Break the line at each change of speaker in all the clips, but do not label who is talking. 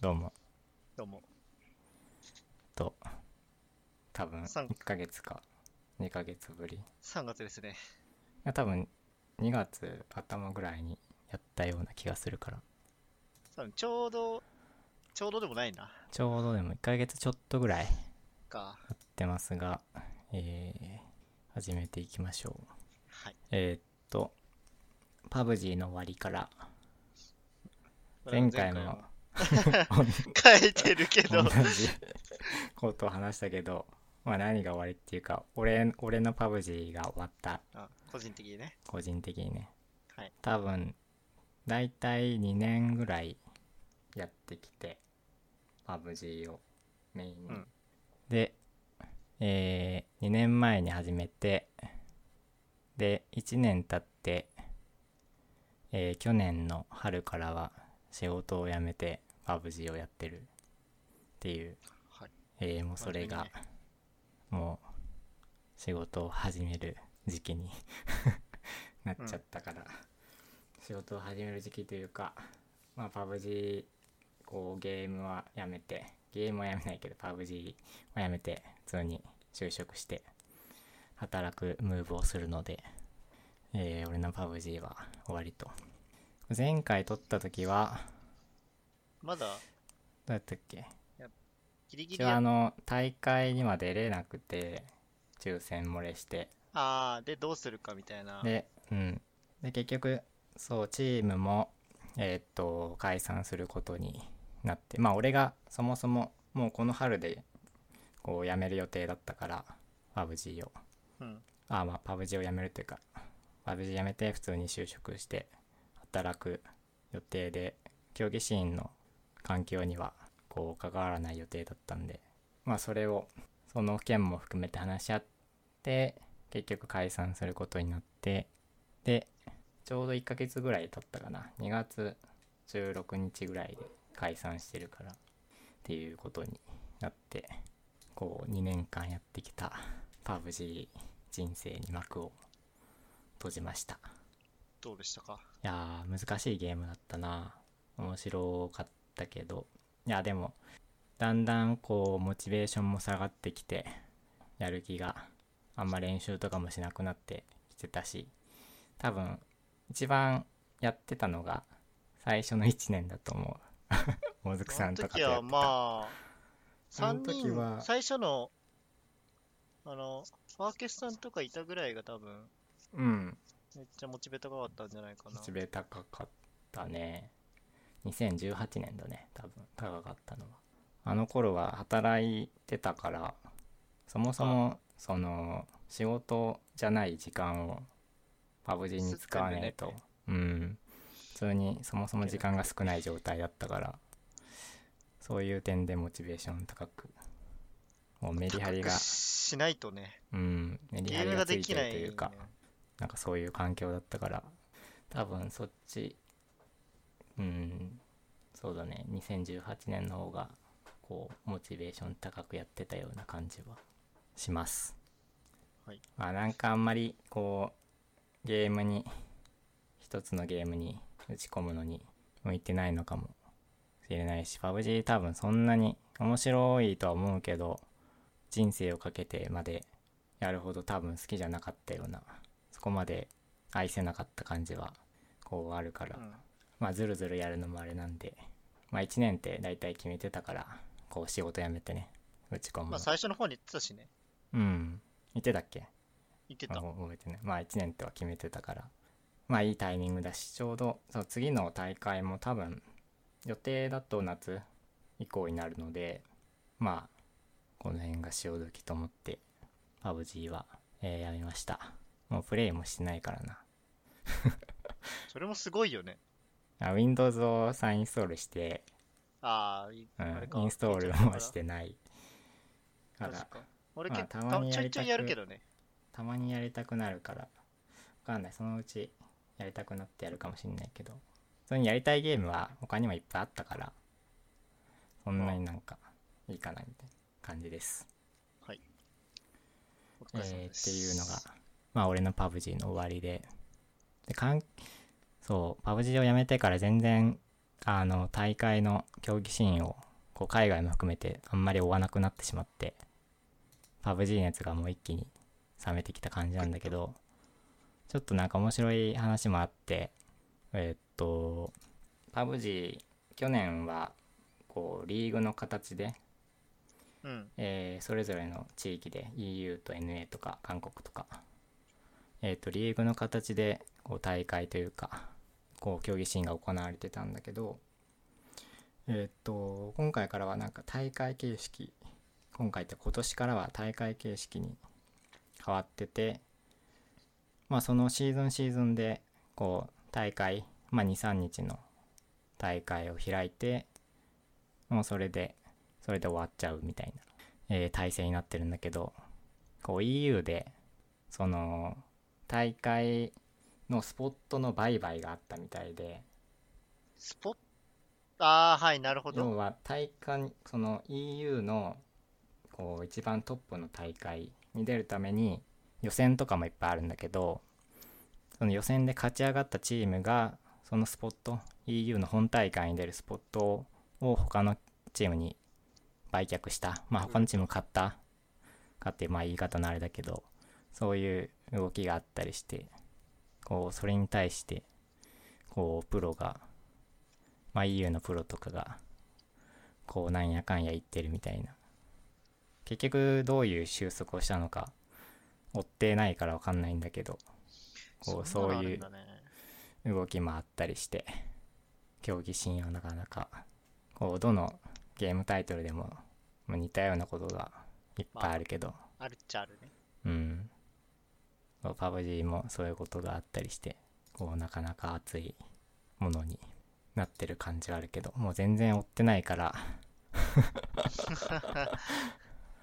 どうも。
どうも。
と、多分
さん
1ヶ月か2ヶ月ぶり。い
3月ですね。
や多分2月頭ぐらいにやったような気がするから。
多分ちょうど、ちょうどでもないな。
ちょうどでも1ヶ月ちょっとぐらいや
か。
ってますが、えー、始めていきましょう。
はい。
えー、っと、パブジーの終わりから、前回も
書いてるけ
同
ど、
じことを話したけど、まあ何が終わりっていうか、俺、俺のパブジーが終わった
あ個人的にね。
個人的にね、
はい
多分だいたい2年ぐらいやってきて PUBG をメインに、
うん
で、え2年前に始めてで1年経って、えー去年の春からは仕事を辞めて PUBG をやってるっていう、
はい
えーもうそれが、
真面
もう仕事を始める時期に なっちゃったから、仕事を始める時期というかまあ PUBG こうゲームはやめてゲームはやめないけど PUBG はやめて普通に就職して働くムーブをするので、えー俺の PUBG は終わりと前回撮った時は
まだ、
どうやったっけ
ギリギ
一
リ
応あ
や。
の大会には出れなくて抽選漏れして
あー、で、どうするかみたいな。
で,、うん、で結局そうチームも、えーっと解散することになってまあ俺がそもそももうこの春でこう辞める予定だったからパブ G を
うん。
あまあパブ G を辞めるというかパブ G 辞めて普通に就職して働く予定で競技シーンの環境にはこう関わらない予定だったんでまあそれをその件も含めて話し合って結局解散することになってでちょうど1ヶ月ぐらい経ったかな2月16日ぐらいで解散してるからっていうことになってこう2年間やってきた PUBG 人生に幕を閉じました
どうでしたか
いやー難しいゲームだったな面白かったけどいやでもだんだんこうモチベーションも下がってきてやる気があんま練習とかもしなくなってきてたし多分一番やってたのが最初の1年だと思う もずく
あ
さ
の
んとかと
時
やって
は
た
まあ、
あの
3
時は
人、最初の、あの、パーケスさんとかいたぐらいが多分、
うん
めっちゃモチベ高かったんじゃないかな
モ。チベ高かったね2018年だね多分高かったのはあの頃は働いてたからそもそもその仕事じゃない時間をパブジに使わねえ
すっ
とうん普通にそもそも時間が少ない状態だったからそういう点でモチベーション高くもうメリハリが
高くしないとね、
うんメリ
ゲ
ハ
ー
リ
ム
が
が
つ
で
いて
き
る
ない、
というかなんかそういう環境だったから多分そっちうんそうだね2018年の方がこうモチベーション高くやってたような感じはします、
はい
まあなんかあんまりこうゲームに一つのゲームに打ち込むのに向いてないのかもしれないし PUBG 多分そんなに面白いとは思うけど人生をかけてまでやるほど多分好きじゃなかったようなそこまで愛せなかった感じはこうあるから、
うん
まあずるずるやるのもあれなんでまあ1年って大体決めてたからこう仕事辞めてね打ち込むの、
まあ最初の方に言ってたしね、
うん言ってたっけ
言って
まあ
た。
覚えてないまあ1年とは決めてたからまあいいタイミングだしちょうどそう次の大会も多分予定だと夏以降になるのでまあこの辺が潮時と思ってパブ G は、えーやめましたもうプレイもしないからな
それもすごいよね。
あ Windows を再インストールして、
ああ、い
うん
あれか。
インストールもしてないか
確
ら
か。俺
まあ
結構、
たまに
ち
や
ょ
り
い
たく
ちょいやるけどね。
たまにやりたくなるからわかんないそのうちやりたくなってやるかもしんないけどそれにやりたいゲームは他にもいっぱいあったからそんなになんかいいかなみたいな感じです、
お
え
疲れ様
ー
で
っ
す
ていうのがまあ俺の PUBG の終わりででかんそう PUBG をやめてから全然あの大会の競技シーンをこう海外も含めてあんまり追わなくなってしまってパブ G 熱がもう一気に冷めてきた感じなんだけどちょっとなんか面白い話もあってえーっとパブ G 去年はこうリーグの形で、
うん。
えーそれぞれの地域で EU と NA とか韓国とか、えー、とリーグの形でこう大会というかこう競技シーンが行われてたんだけど、えー、と今回からはなんか大会形式今回って今年からは大会形式に変わってて、まあ、そのシーズンシーズンでこう大会、まあ、23日の大会を開いてもうそれでそれで終わっちゃうみたいな、えー体制になってるんだけどこう EU でその大会のスポットの売買があったみたいで
スポッああ、はい、なるほど。
要は大会その EU のこう一番トップの大会に出るために予選とかもいっぱいあるんだけどその予選で勝ち上がったチームがそのスポット EU の本大会に出るスポットを他のチームに売却した、まあ、
うん
他のチームが買ったかっていうまあ言い方のあれだけどそういう動きがあったりしてこうそれに対してこうプロが、まあ、EU のプロとかがこうなんやかんや言ってるみたいな結局どういう収束をしたのか追ってないから分かんないんだけどこうそう
なのあ
い
る
うん
だね
動きもあったりして競技シーンはなかなかこうどのゲームタイトルでもまあ似たようなことがいっぱいあるけど、
あるっちゃあるね。
うんこうパブ G もそういうことがあったりしてこうなかなか熱いものになってる感じはあるけどもう全然追ってないから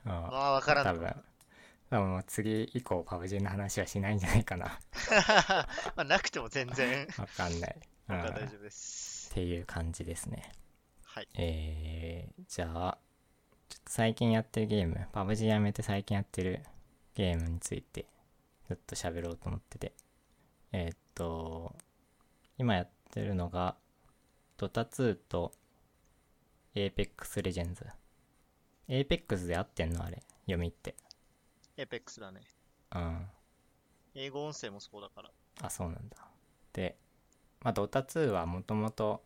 うん
まあ、わから
多
ん。
分多分もう次以降パブ G の話はしないんじゃないかな
まあ、なくても全 然、
わかんない、うん
僕は
っ
大丈夫です。
ていう感じですね
はい。
えー、じゃあちょっと最近やってるゲームパブ G やめて最近やってるゲームについてちょっと喋ろうと思っててえーっと今やってるのがドタ2と Apex Legends Apex で合ってんのあれ読みって
エペックスだね。
うん
英語音声もそうだから。
あそうなんだでまあドタ2はもともと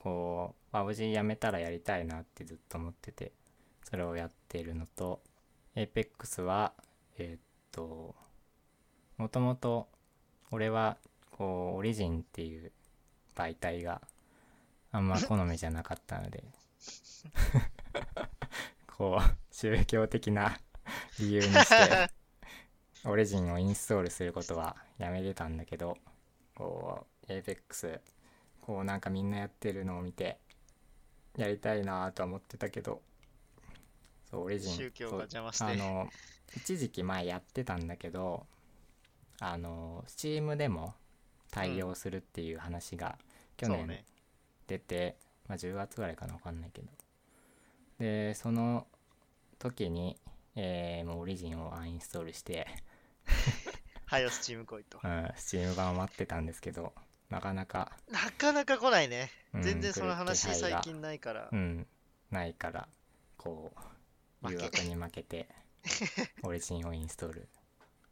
こう PUBG やめたらやりたいなってずっと思っててそれをやってるのと APEX はえーっともともと俺はこうオリジンっていう媒体があんま好みじゃなかったので こう宗教的な理由にしてオリジンをインストールすることはやめてたんだけどこう APEX こうなんかみんなやってるのを見てやりたいなとは思ってたけどそうオリジン
宗教が邪魔して
そうあの一時期前やってたんだけどあの Steam でも対応するっていう話が去
そう
年
ね。
出て、まあ、10月ぐらいかな分かんないけどでその時に、えーもうオリジンをアンインストールして、
はよ、スチーム来いと。
うん、Steam 版を待ってたんですけどなかなか、
なかなか来ないね。
うん
全然その話
来る気配
最
が
近ないから
う。んないからこう
負
誘
け
惑に負けてオリジンをインストール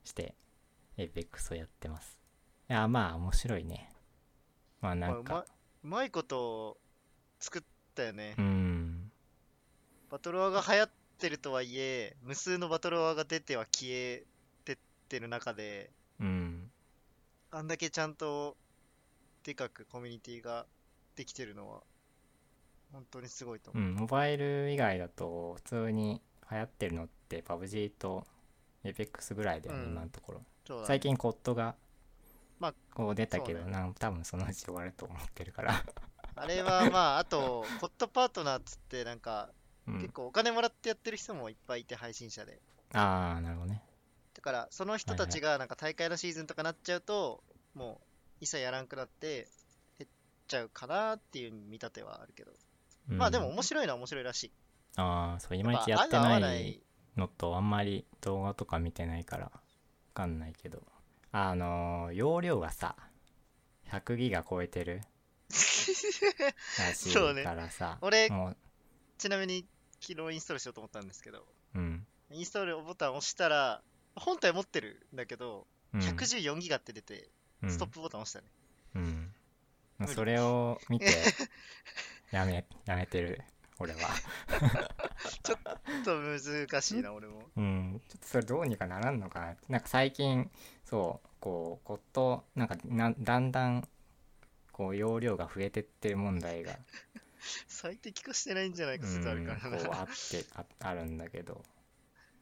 してエイペックスをやってますいやまあ面白いねまあな
まあうんま
か
うまいこと作ったよね
う。ん
バトロワが流行ってるとはいえ、無数のバトロワが出ては消えてってる中で、
うん
あんだけちゃんとでかくコミュニティができてるのは、本当にすごいと
う
思う。
んモバイル以外だと普通に流行ってるのって PUBG と APEX ぐらいだよね、
うん
今のところ
そうだね
最近コットが
まあ
こう出たけど、
そうね
なん多分そのうち終わると思ってるから、
あ れはまあ、あと、コットパートナーっつって、なんか、
うん
結構お金もらってやってる人もいっぱいいて、配信者で。
ああなるほどね
だから、その人たちがなんか大会のシーズンとかなっちゃうと、もう一切やらんくなって、減っちゃうかなっていう見立てはあるけど。
うん
まあでも面白いのは面白いらしい。
ああそうい
ま
まい
あ
ちやって
合う合わ
ないのとあんまり動画とか見てないからわかんないけどあのー容量がさ100ギガ超えてるらし
そう
い
ね
からさ、
俺
もう、
ちなみに昨日インストールしようと思ったんですけど、
うん。
インストールボタンを押したら、本体持ってるんだけど、
うん
114ギガって出て、
うん
ストップボタン押したね。
うん。
無理
それを見 て、やめ、やめてる、俺は。
ちょっと難しいな、俺も。
うん。ちょっとそれどうにかならんのかな。なんか最近、そう、こう、こと、なんかな、だんだん、こう、容量が増えてってる問題が、
最適化してないんじゃないか
うん
説あるか
こう
らな。
あってああるんだけど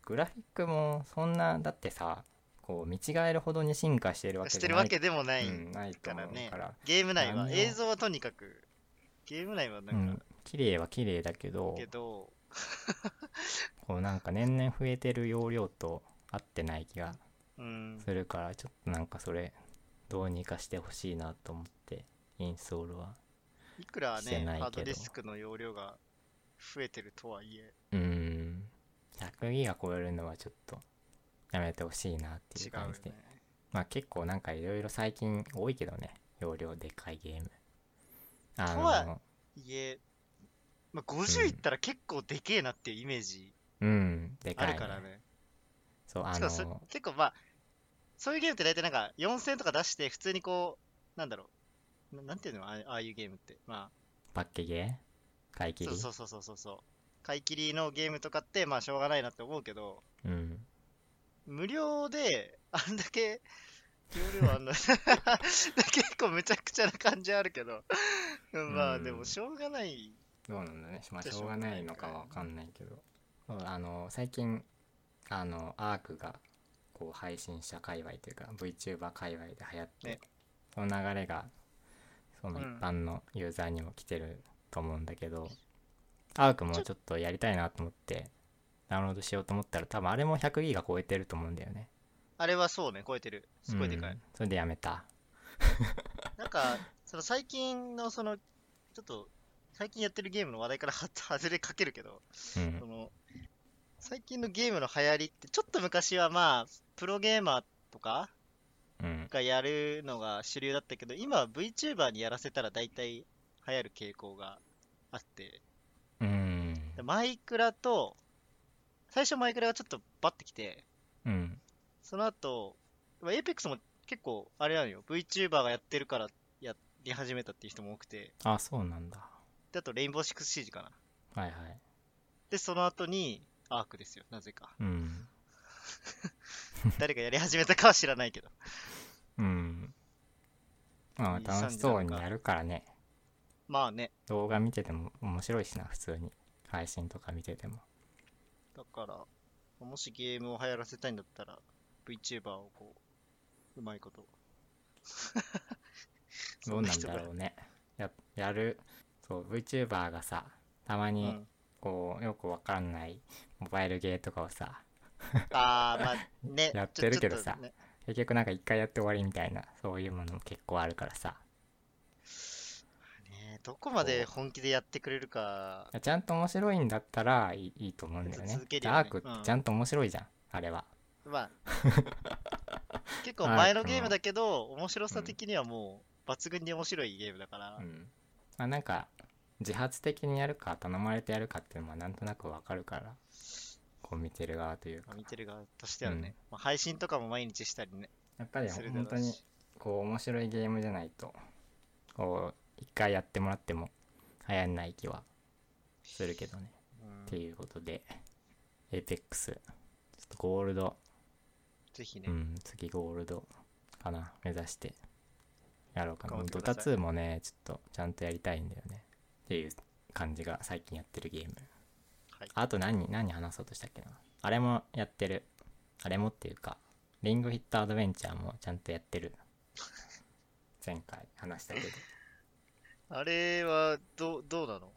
グラフィックもそんなだってさこう見違えるほどに進化してるわけ
し
じ
て
ゃ
る
な
わ
い
けでもない。
うんないと思うから
からゲーム内
あ
は、
の
映像はとにかく、ゲーム内は
う
なん
ん
か、
綺麗は綺麗だけど
けど、
こうなんか年々増えてる容量と合ってない気が
うん、
するからちょっとなんかそれどうにかしてほしいなと思ってインストールはい
くら
して
ね
ないけ、ど
ハードディスクの容量が増えてるとはいえ、
うん100ギガ超えるのはちょっとやめてほしいなってい
違
う
うよ
感じで
ね。
まあ結構なんかいろいろ最近多いけどね容量でかいゲームあ
とは
の
いえ、まあ、50いったら結構でけえなっていうイメージ
うんでか
あ
い、
る
ね、
からね。
そうあ
しかもそ
の
結構まあ、そういうゲームって大体なんか4000とか出して、普通にこう、なんだろう、ななんていうのああああいうゲームって。まあ、
パッケゲー買い切り
そうそうそうそうそうそう。買い切りのゲームとかって、まあしょうがないなって思うけど、
うん
無料であんだけ容量あんな 結構むちゃくちゃな感じあるけど、うんまあ
うん
でもしょうがない
どうなんだねまあ
じゃあ
しょうがないのかはわかんないけどそうあの最近あのアークがこう配信者界隈というか VTuber 界隈で流行って、
ね
その流れがその
うん
一般のユーザーにも来てると思うんだけど、アークもちょっとやりたいなと思ってダウンロードしようと思ったら多分あれも100ギガ超えてると思うんだよね
あれはそうね超えてるすごいでかい、
うんそれでやめた
なんか、その最近のその、ちょっと、最近やってるゲームの話題からは外れかけるけど、
う
そ
ん
の、最近のゲームの流行りって、ちょっと昔はまあ、プロゲーマーとか
うん
がやるのが主流だったけど、今は VTuber にやらせたら大体流行る傾向があって、
うん
でマイクラと、最初マイクラがちょっとバッてきて、
うん
その後、まあ Apex も結構あれなのよ、VTuber がやってるからやり始めたっていう人も多くて、
あそうなんだ
で、あと、レインボーシックスシージかな。
はいはい
で、その後に、アークですよ、な ぜか。
うん
誰がやり始めたかは知らないけど。
うん。まあ
いい
楽しそうにやるからね。
まあね、
動画見てても面白いしな、普通に。配信とか見てても。
だから、もしゲームを流行らせたいんだったら、VTuber をこう、うまいこと。
どうなんだろ
う
うね。や、やる。そう、VTuber がさ、たま
う
に、
ん、
こう、よくわかんないモバイルゲーとかをさ、、
あー、まあね
やってるけどさ
ちょちょっとね
結局なんか一回やって終わりみたいな、そういうものも結構あるからさ。
ねどこまで本気でやってくれるか、
ちゃんと面白いんだったらいいいいと思うんだよね。
続けるよね
ダークってちゃんと面白いじゃん、あれは。
ま あ、結構前のゲームだけど、面白さ的にはもう、抜群に面白いゲームだから、
うん、まあなんか自発的にやるか頼まれてやるかっていうのはなんとなくわかるからこう見てる側というか
まあ見てる側としてはね、まあ、配信とかも毎日したりね、
やっぱり
するだ
本当
ろう
に
し。
こう面白いゲームじゃないとこう一回やってもらっても流行んない気はするけどね
うん
っていうことで APEX ちょっとゴールド、
ぜひね
う、ん、次ゴールドかな目指してやろうかな
頑張って
ド
くだ
タ
さい
2もねちょっとちゃんとやりたいんだよねっていう感じが最近やってるゲーム
はい、
あと何、何話そうとしたっけな。あれもやってる。あれもっていうか、リングフィットアドベンチャーもちゃんとやってる。前回話したけど。
あれはどどうなの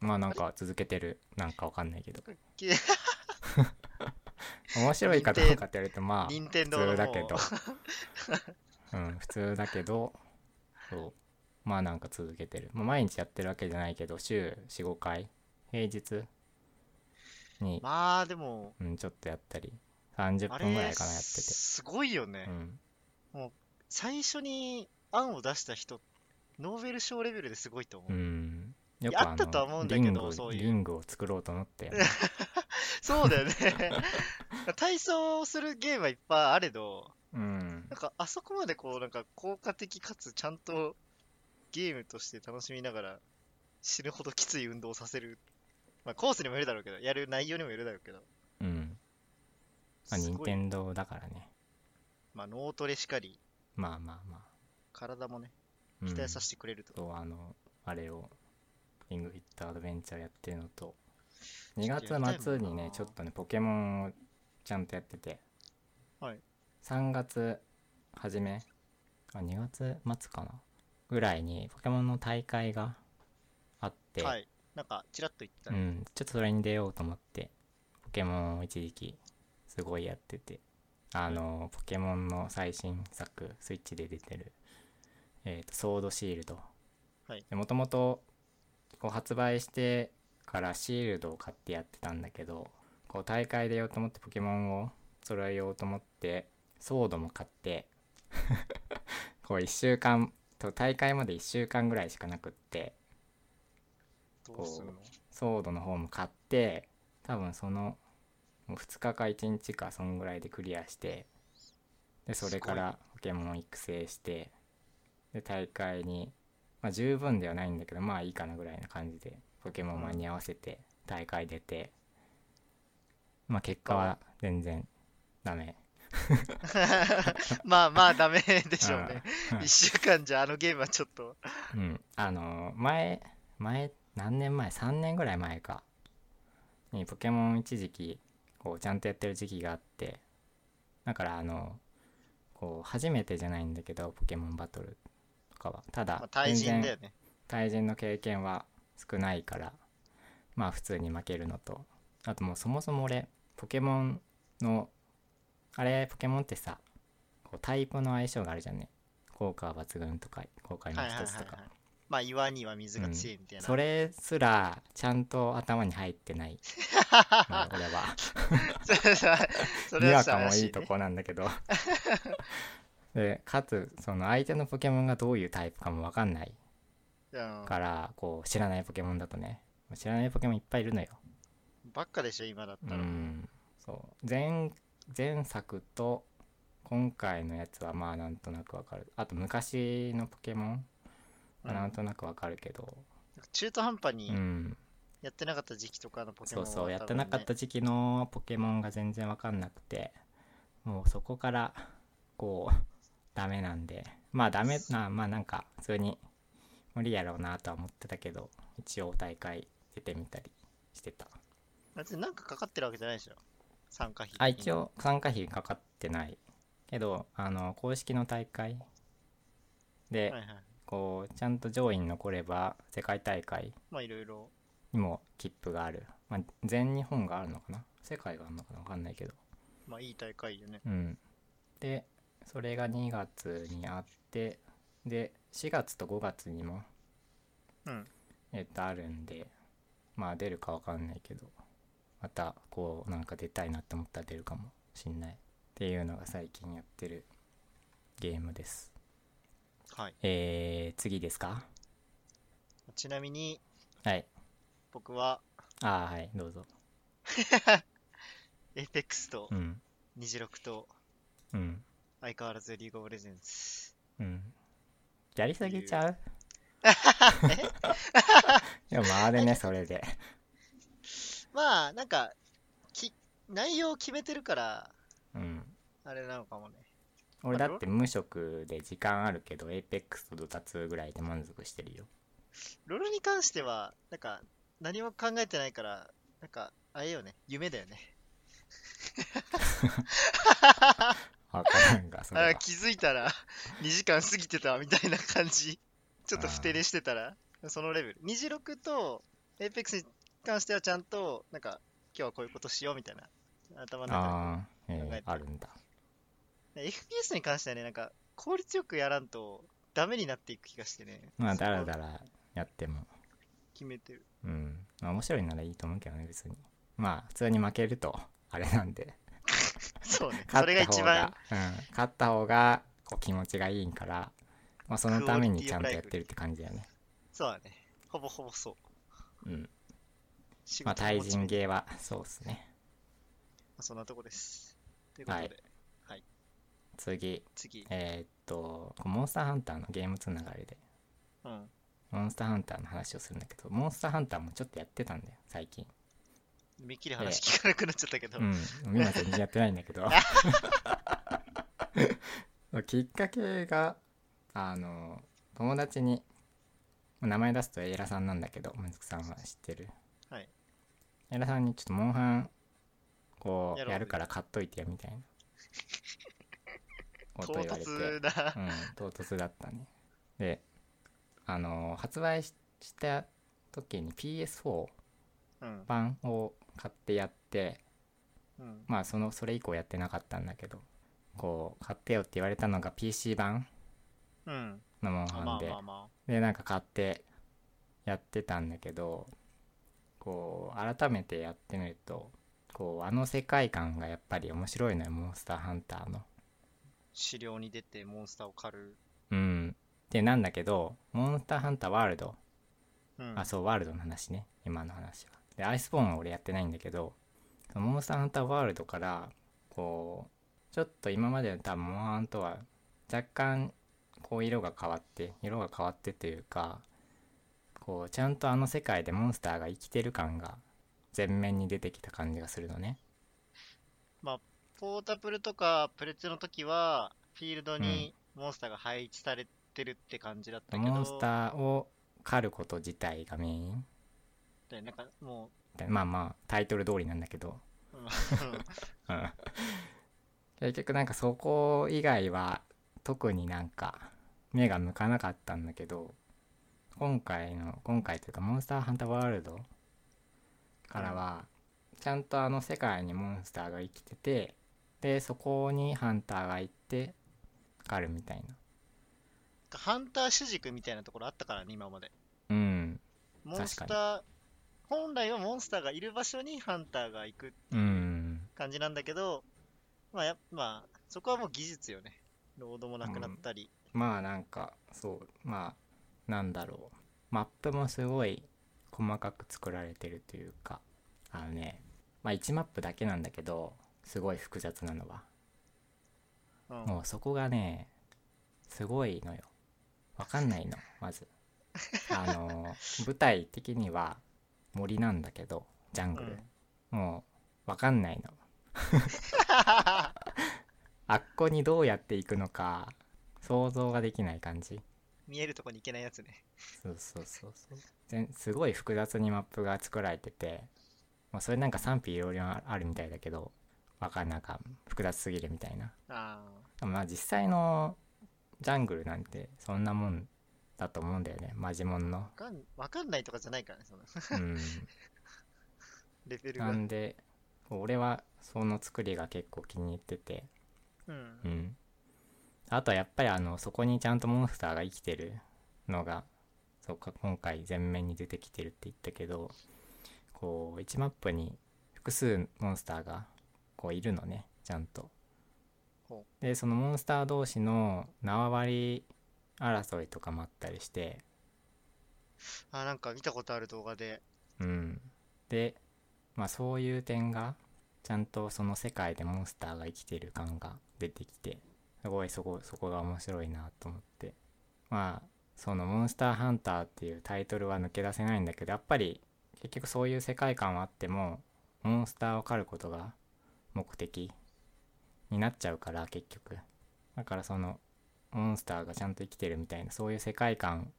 まあなんか続けてる。なんかわかんないけど。
け
面白いかどうかって言われるとまあ、普
任天堂の
通だけ
もう
ど。うん、普通だけど、そう。まあなんか続けてる。まあ毎日やってるわけじゃないけど、週4、5回、平日に、
まあでも、
うん、ちょっとやったり、30
あ
分ぐら
れ
いかなやってて。
すごいよね、
うん。
最初に案を出した人ノーベル賞レベルですごいと思う。
うん。よ
やあったとは思うんだけど
リングを
そういう
リングを作ろうと思って、
そうだよね。 体操をするゲームはいっぱいあれど、
うん
なんかあそこまでこう、なんか効果的かつちゃんとゲームとして楽しみながら死ぬほどきつい運動をさせる。まあコースにもよるだろうけど、やる内容にもよるだろうけど。
うんまあ
す
任
ごい。
天堂だからね
まあ脳トレしかり、
まあまあまあ、
体もね、
うん、
鍛えさせてくれると。
とあのあれをリングフィットアドベンチャーやってるのと
ょっ
2
とやりたいもんな
月末にねちょっとねポケモンをちゃんとやってて、
はい
3月初めあ2月末かなぐらいにポケモンの大会があって、
はい。なんか、ちらっと言ってた
う
ね。
ん、ちょっとそれに出ようと思ってポケモンを一時期すごいやっててあのポケモンの最新作スイッチで出てる、えーとソードシールド
はい
もともと発売してからシールドを買ってやってたんだけどこう大会でやようと思ってポケモンを揃えようと思ってソードも買って こう1週間と大会まで1週間ぐらいしかなくって
どうするの
ソードの方も買って多分その2日か1日かそんぐらいでクリアしてでそれからポケモンを育成してで大会に、まあ、十分ではないんだけどまあいいかなぐらいな感じでポケモン間に合わせて大会出て、まあ結果は全然ダメ
まあまあ、ダメでしょうね。
うん
1週間じゃあのゲームはちょっと。
うん、あの前前何年前3年ぐらい前かにポケモン一時期こうちゃんとやってる時期があってだからあのこう初めてじゃないんだけどポケモンバトルとかはた
まあ
だ、
対人
全
だ
然
よね。
対人の経験は少ないからまあ普通に負けるのとあともうそもそも俺ポケモンのあれポケモンってさこうタイプの相性があるじゃんね効果は抜群とか効果の
はいはいは
一
い
つ
は
と
い
か。
まあ、岩には水が強いみたいな。
それすらちゃんと頭に入ってないまあ俺は
それは、 それ
に
は
わ
さ、
かも
怪しい,、
い
ね、
いとこなんだけどでかつその相手のポケモンがどういうタイプかも分かんない
うん
からこう知らないポケモンだとね知らないポケモンいっぱいいるのよ
ばっかでしょ、今だっ
う
たら。
んそう前前作と今回のやつはまあなんとなくわかるあと昔のポケモンはなんとなくわかるけど
中途半端
う
に
ん
やってなかった時期とかのポケ
そ
モン
う
は
そうやっ
多
て
分
なかっ
ね。
た時期のポケモンが全然わかんなくてもうそこからこうダメなんでまあダメなまあなんか普通に無理やろうなとは思ってたけど一応大会出てみたりしてた
だってなんかかかってるわけじゃないでしょ。参加費。
あ一。応参加費かかってないけどあの公式の大会
はい
で
はい。
こうちゃんと上位に残れば世界大会
まあ、いろいろ。
にも切符がある、まあ、全日本があるのかな世界があるのかなわかんないけど
まあ、いい大会よね。
うん、でそれが2月にあってで4月と5月にも、
うん
えっとあるんでまあ出るかわかんないけどまたこうなんか出たいなって思ったら出るかもしんないっていうのが最近やってるゲームです
はい。
えー、次ですか
ちなみに、
はい
僕は、
あーはいどうぞ
エーペックスと
うん
26と、
うん
相変わらずリーグオブレジェンズ。
うんやりすぎちゃうでもあれねそれで
まあ、なんか、き内容を決めてるから、
うん
あれなのかもね。
俺だって無職で時間あるけどエイペックスとドタツぐらいで満足してるよ
ロールに関しては、なんか、何も考えてないから、なんか、あれよね、夢だよね。
わからんがそれは
あ気づいたら、2時間過ぎてたみたいな感じ。 ちょっと不手でしてたら、そのレベル。26と、エイペックスに関してはちゃんと、なんか、今日はこういうことしようみたいな、頭の中
あー、
考えて
えー、
る
あるんだ
で。FPS に関してはね、なんか、効率よくやらんと、ダメになっていく気がしてね。
まあ
そこ
だらだらやっても
決めてる。
うんまあ面白いならいいと思うけどね別にまあ普通に負けるとあれなんで
そうね、そ
勝
れ
った
が
方
一
が
番、
うん、勝った方がこう気持ちがいいからまあ、そのためにちゃんとやってるって感じだよね。
そうだね。ほぼほぼそう。
うん。
仕
まあ、
事の
対
モチベ
人芸は、そうですね。
まあそんなとこです。ということで、
はい次、
次。
えーっと、モンスターハンターのゲームつながりで、
うん。
モンスターハンターの話をするんだけど、モンスターハンターもちょっとやってたんだよ、最近。
見っきり話聞かなくなっちゃったけど。
うん、今全然やってないんだけ どきっかけがあの友達に名前出すとエイラさんなんだけどムズクさんは知ってる、
はい、
エイラさんにちょっとモンハンこ
やろ
う
う
やるから買っといてよみたい なこと
唐
言われて、
突な
う。ん、唐突だったねであの発売しした時に PS4
うん。
版を買ってやって
うん。
まあそのそれ以降やってなかったんだけどこう買ってよって言われたのが PC 版
うん。
のモン
あ
ハ
ま
ン
あ
で、
まあま
でなんか買ってやってたんだけどこう改めてやってみるとこうあの世界観がやっぱり面白いのよモンスターハンターの。
あ。狩猟に出てモンスターを狩る。
うん、でなんだけどモンスターハンターワールド、
うん。
あそうワールドの話ね今の話は。でアイスボーンは俺やってないんだけどそのモンスターハンターワールドからこうちょっと今までの多分モンハンとは若干こう色が変わって色が変わってというかこうちゃんとあの世界でモンスターが生きてる感が前面に出てきた感じがするのね。
ポータブルとかプレッツの時は、フィールドにモンスターが配置されてるって感じだったけど、
モンスターを狩ること自体がメイン
でなんかも
でまあまあタイトル通りなんだけど
う、うん
うん結局なんかそこ以外は特になんか目が向かなかったんだけど今回の今回というか「モンスターハンターワールド」からはちゃんとあの世界にモンスターが生きててでそこにハンターが行って狩るみたいな
ハンター主軸みたいなところあったからね、今まで。
うん
モンスター、本来はモンスターがいる場所にハンターが行く
うん
感じなんだけど、まあや、まあ、そこはもう技術よね。ロードもなくなったり。
まあなんかそうまあなんだろうマップもすごい細かく作られてるというかあのねまあ1マップだけなんだけどすごい複雑なのは
うん
もうそこがねすごいのよわかんないのまずあの舞台的には森なんだけどジャングル、もうわかんないのあっこにどうやって行くのか想像ができない感じ
見えるとこに行けないやつね。
そうそうそうそう全すごい複雑にマップが作られてて、まあ、それなんか賛否いろいろああるみたいだけどわかんなんか複雑すぎるみたいな
あ
でもまあ実際のジャングルなんてそんなもんだと思うんだよねマジモンの
あ、わかん、わかんないとかじゃないからね、その
うん
レベル
な
が。
んで俺はその作りが結構気に入ってて
うん
う。んあとはやっぱりあのそこにちゃんとモンスターが生きてるのがそうか今回前面に出てきてるって言ったけどこう1マップに複数モンスターがこういるのねちゃんと
ほ
でそのモンスター同士の縄張り争いとかもあったりして
あ、なんか見たことある動画で。
うんでまあそういう点がちゃんとその世界でモンスターが生きてる感が出てきてすごいそこそこが面白いなと思ってまあその「モンスターハンター」っていうタイトルは抜け出せないんだけどやっぱり結局そういう世界観はあってもモンスターを狩ることが目的になっちゃうから結局だからそのモンスターがちゃんと生きてるみたいなそういう世界観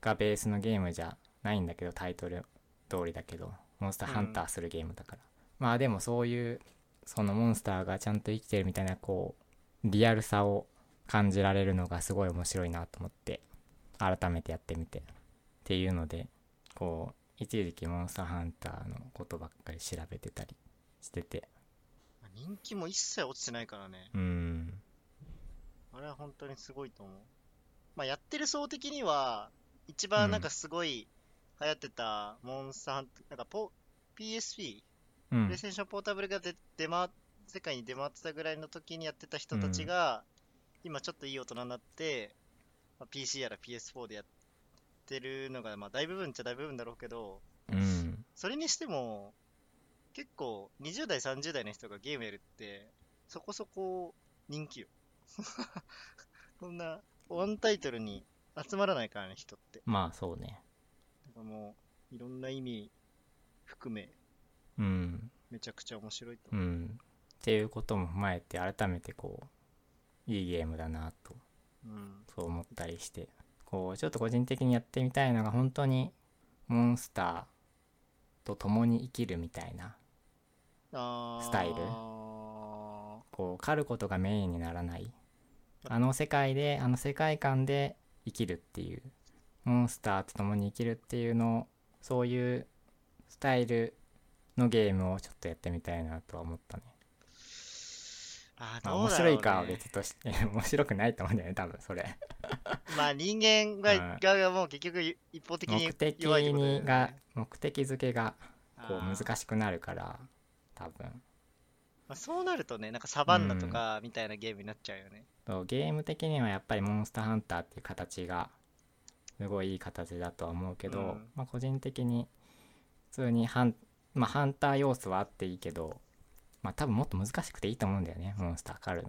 がベースのゲームじゃないんだけどタイトル通りだけどモンスターハンターするゲームだから、まあでもそういうそのモンスターがちゃんと生きてるみたいなこうリアルさを感じられるのがすごい面白いなと思って改めてやってみてっていうのでこう一時期モンスターハンターのことばっかり調べてたりしてて
人気も一切落ちてないからね。
うん
あれは本当にすごいと思う。まあ、やってる層的には、一番なんかすごい流行ってたモンスターハンター、なんかポ PSP、
う
プ
ん
レイステーションポータブルが出出回世界に出回ってたぐらいの時にやってた人たちが、今ちょっといい大人になって、まあ PC やら PS4 でやってるのが、まあ、大部分っちゃ大部分だろうけど、
うん
それにしても、結構、20代、30代の人がゲームやるって、そこそこ人気よ。 そんな、ワンタイトルに集まらないからね、人って。
まあそうね
だからもう、いろんな意味含め、
うん
めちゃくちゃ面白いと
う。んっていうことも踏まえて改めてこういいゲームだなと
うん。
そう思ったりしてこうちょっと個人的にやってみたいのが本当にモンスターと共に生きるみたいな
あー
スタイルこう狩ることがメインにならないあの世界であの世界観で生きるっていうモンスターと共に生きるっていうのをそういうスタイルのゲームをちょっとやってみたいなとは思ったね
あー
まあ
どう
面
だろ
白
うね
いかは別として面白くないと思うんだよね多分そ れ
まあ人間が
うん
側がもう結局一方的に
目的
弱いってことだよ
に
ね
が目的づけがこう
あー
難しくなるから多分
まあ、そうなるとねなんかサバンナとかみたいなゲームになっちゃうよね、
そうゲーム的にはやっぱりモンスターハンターっていう形がすごいいい形だとは思うけど、
うん
まあ、個人的に普通にハン,、まあ、ハンター要素はあっていいけど、まあ、多分もっと難しくていいと思うんだよねモンスター狩る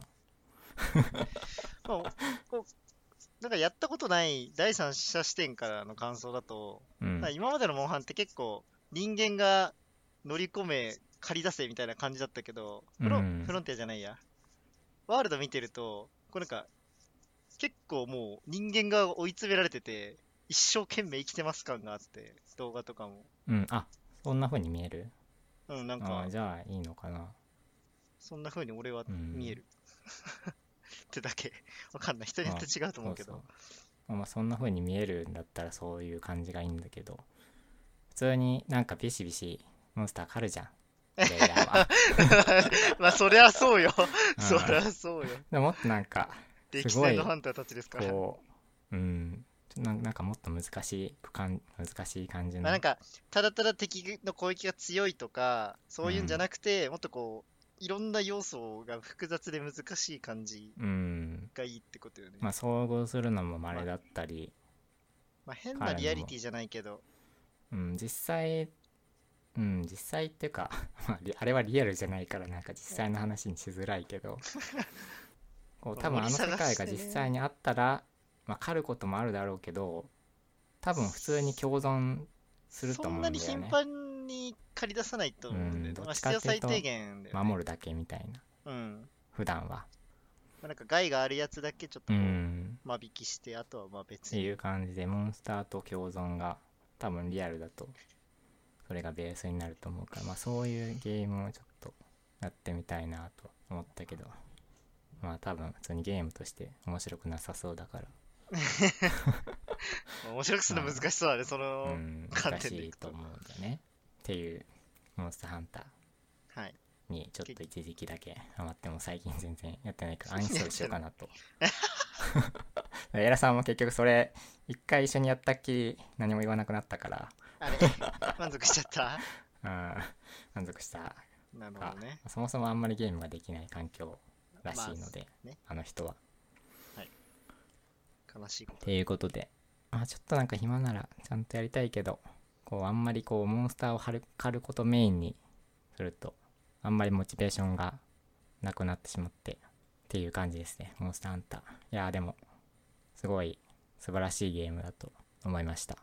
の。
まあこうなんかやったことない第三者視点からの感想だと、
うん
なんか今までのモンハンって結構人間が乗り込め借り出せみたいな感じだったけどフロ,、
うん
フロンティアじゃないやワールド見てるとこうなんか結構もう人間が追い詰められてて一生懸命生きてます感があって動画とかも
うん、あそんな風に見える
うんなん
あ
か
ーじゃあいいのかな。
そんな風に俺は
うん
見える。 ってだけ。わかんない。人によって違うと思うけ
そ
ど。
そうまあ、そんな風に見えるんだったらそういう感じがいいんだけど普通になんかビシビシモンスター狩 るじゃん。プレイヤーは
まあ、そりゃそうよ。
うん
そりゃそう よ。
でももっとなんか
歴戦のハンターたちですから。ま
こう、うん、ななんかもっと難しいかん難しい感じの、
あ、なんか、ただただ敵の攻撃が強いとか、そういうんじゃなくて、もっとこう、いろんな要素が複雑で難しい感じ
うん、
がいいってことよね。
まあ総合するのも稀だったり、
まあ、変なリアリティじゃないけど、
うん、実際、うん、実際っていうか、 まあ、リあれはリアルじゃないからなんか実際の話にしづらい けどこう多分あの世界が実際にあったら、まあ、狩ることもあるだろうけど多分普通に共存すると
そ
思うんんだ
な
よ
に頻
ね
繁に借り出さないと思うんだよね。
うん
ま
ど
あ、
っちか
必
ってい
要
うと
最低限だよね。
守るだけみたいな
うん。
普段は
まあ、なんか害があるやつだけちょっと
う
こう、
ん
間引きして、あとはまあ
っ
別
て
に。
いう感じでモンスターと共存が多分リアルだとそれがベースになると思うから、まあ、そういうゲームをちょっとやってみたいなと思ったけどまあ多分普通にゲームとして面白くなさそうだから、
面白くするの難しそうだね、その、
うん、
勝
難
手
し
にい
い
くと
と思うんだよねっていうモンスターハンター
はい。
にちょっと一時期だけハマっても最近全然やってない からアンインストールしようかなとエラさんも結局それ一回一緒にやったっきり何も言わなくなったから
あれ 満足しちゃった
うん 満足した
なる
が
ほどね。
そもそもあんまりゲームができない環境らしいので、
まあね
あの人は。
悲しいこと
いうことで、まあ、ちょっとなんか暇ならちゃんとやりたいけどこうあんまりこうモンスターを張る狩ることメインにするとあんまりモチベーションがなくなってしまってっていう感じですねモンスターハンターいやーでもすごい素晴らしいゲームだと思いました、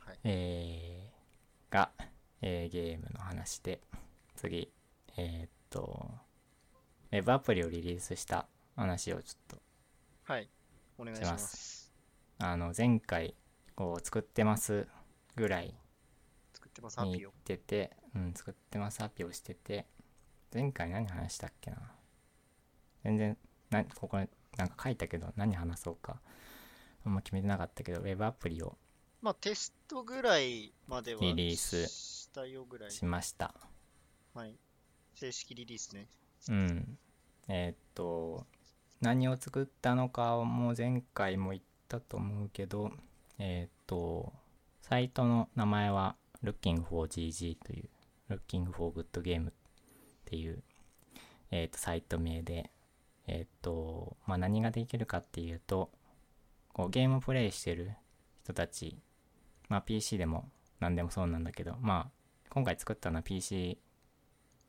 はい
えー、が、えーゲームの話で次えーっとウェブアプリをリリースした話をちょっと
と。はい。お願いし
し
ま。
ますあの前回こう作ってますぐらい
作ってます、ハ
に
ッピ
言
ー
っ
を。
てて、うん、作ってますアピをしてて前回何話したっけな全然なここになんか書いたけど何話そうかあんま決めてなかったけどウェブアプリを
まあ、テストぐらいまでは
リリース
したよぐらい。
しました
はい。正式リリースね。
うんえーっと何を作ったのかも前回も言ったと思うけどえーっとサイトの名前は Looking for GG という Looking for Good Game っていう、えーっとサイト名でえーっと、まあ、何ができるかっていうとこうゲームプレイしてる人たち、まあ、PC でも何でもそうなんだけど、まあ、今回作ったのは PC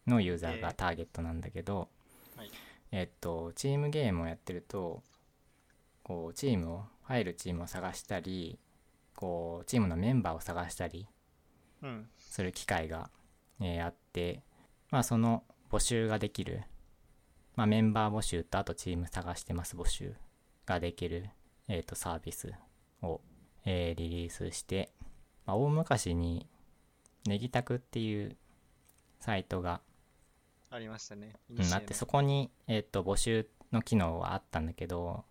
のユーザー
え
が
え
ターゲットなんだけど、
はい
えっとチームゲームをやってるとこうチームを入るチームを探したりこうチームのメンバーを探したり
うん。
する機会が、えーあって、まあ、その募集ができる、まあ、メンバー募集とあとチーム探してます募集ができる、えー、とサービスを、えーリリースして、まあ、大昔にネギタクっていうサイトが
ありましたね。
うん、あっ
古
て
の
そこに、えっと募集の機能はあったんだけど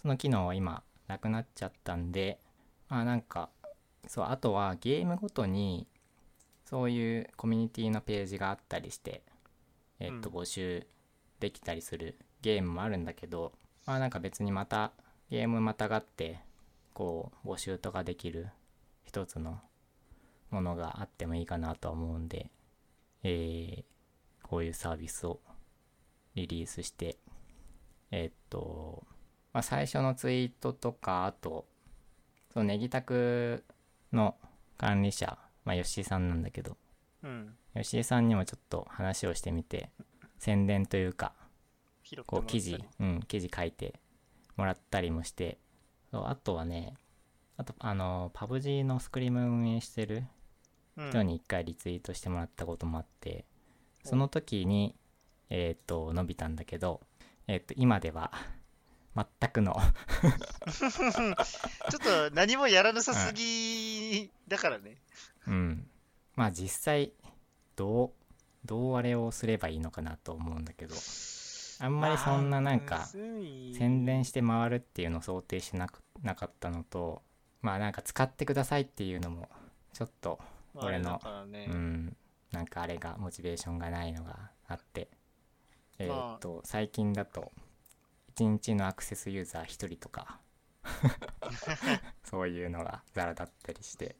その機能は今なくなっちゃったんでまあなんかそうあとはゲームごとにそういうコミュニティのページがあったりして、えっと
う
募集できたりするゲームもあるんだけどまあなんか別にまたゲームまたがってこう募集とかできる一つのものがあってもいいかなとは思うんで、えーこういうサービスをリリースして、えーっと、まあ、最初のツイートとか、あと、そのネギタクの管理者、まあ、吉井さんなんだけど、
うん。
吉井さんにもちょっと話をしてみて、宣伝というか、
広く
こう記事、うん、記事書いてもらったりもして、そうあとはね、あと、あの、パブ G のスクリーム運営してる
うん
人に一回リツイートしてもらったこともあって、
お
その時に、えっ、と、伸びたんだけど、えっ、と、今では、全くの、
ちょっと何もやらなさすぎだからね。
うん。まあ実際、どう、どうあれをすればいいのかなと思うんだけど、あんまりそんななんか、宣伝して回るっていうのを想定しなくなかったのと、まあなんか使ってくださいっていうのも、ちょっと、俺のう
の。
ん、なんかあれがモチベーションがないのがあって、えー
まあ
っと最近だと1日のアクセスユーザー1人と かそういうのがザラだったりして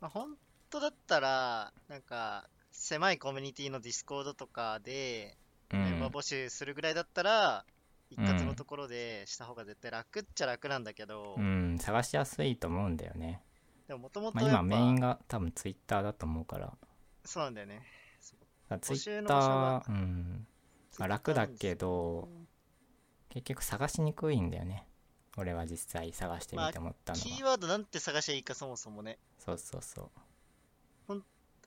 まあ、本当だったら、なんか、狭いコミュニティのディスコードとかで、
う
メンバー
ん
募集するぐらいだったら、一括
う
の
ん
ところでした方が絶対楽っちゃ楽なんだけど、
うん探しやすいと思うんだよね、
でももともと
まあ、今メイン
が
が多分ツイッターだと思うから
そうなんだよね。
ツイ
集
ッ
の
タ
場所が
ーうん、まあ、楽だけど結局探しにくいんだよね俺は実際探してみて思ったのは、
キーワードなんて探しゃいいかそもそもね。
そうそうそう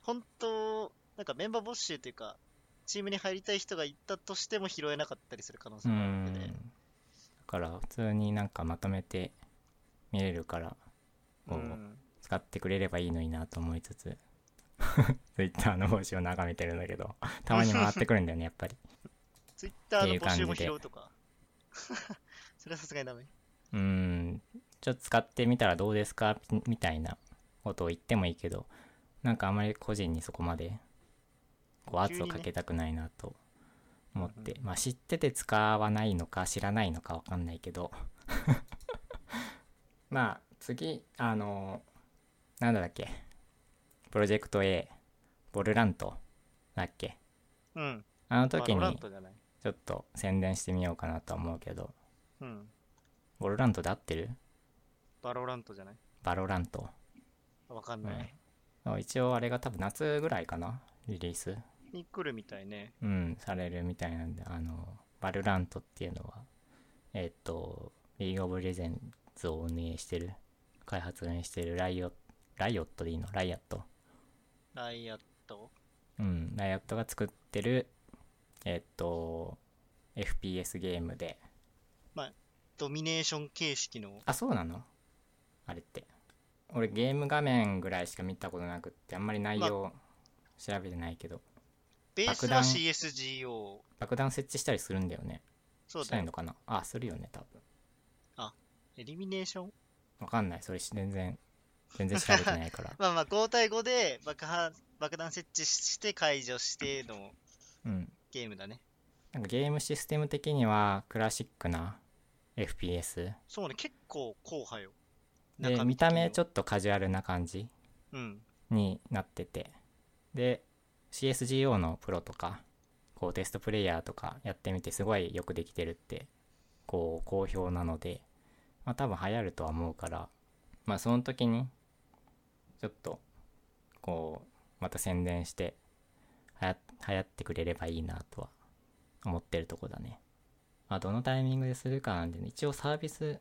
本当、なんかメンバー募集というか、チームに入りたい人がいたとしても拾えなかったりする可能性
う
もあるわけで
ん、だから普通になんかまとめて見れるからこう
うん
使ってくれればいいのになと思いつつ Twitter の帽子を眺めてるんだけどたまに回ってくるんだよねやっぱり
ツイッターの募集
っ
も
ていう感じで
拾うとか。それはさすがにダメ。
うんちょっと使ってみたらどうですかみみたいなことを言ってもいいけどなんかあまり個人にそこまでこう圧
急に
を
ね
かけたくないなと思って、
う
まあ知ってて使わないのか知らないのかわかんないけど まあ次あのなんだっけプロジェクト A ボルラントだっけ
うん。
あの
まあ
時
ロラ
に
ントじゃない。
ちょっと宣伝してみようかなとは思うけど
うん。
ボルラントで合ってる
バロラントじゃない
バロラント
わかんない。
うん、一応あれが多分夏ぐらいかなリリース、
に来るみたいね。
うん、されるみたいなんであのバルラントっていうのはえっとリーグオブレジェンズを運営してる開発運営してるライオライオットでいいのライアット
ライアット。
うんライアットが作ってるえっと FPS ゲームで
ドミネーション形式の。
あそうなのあれって俺ゲーム画面ぐらいしか見たことなくってあんまり内容調べてないけど
ベース
爆
は
弾
CSGO。
爆弾設置したりするんだよね
そう
し
だ
ない
よ。
のかなあするよね多分
エリミネーション
わかんないそれし全然全然調べてない から
まあまあ5対5で爆破爆弾設置して解除しての
うん
ゲームだね。
なんかゲームシステム的にはクラシックな FPS
そうね、結構硬派よ。
で見た目ちょ
ょっ
っとカジュアルな感じ
と。うん。
になっててで CSGO のプロとかこうテストプレイヤーとかやってみてすごいよくできてるってこう好評なのでまあ多分流行るとは思うからまあその時にちょっとこうまた宣伝してはや流行ってくれればいいなとは思ってるとこだねまあどのタイミングでするかなんで、ね、一応サービス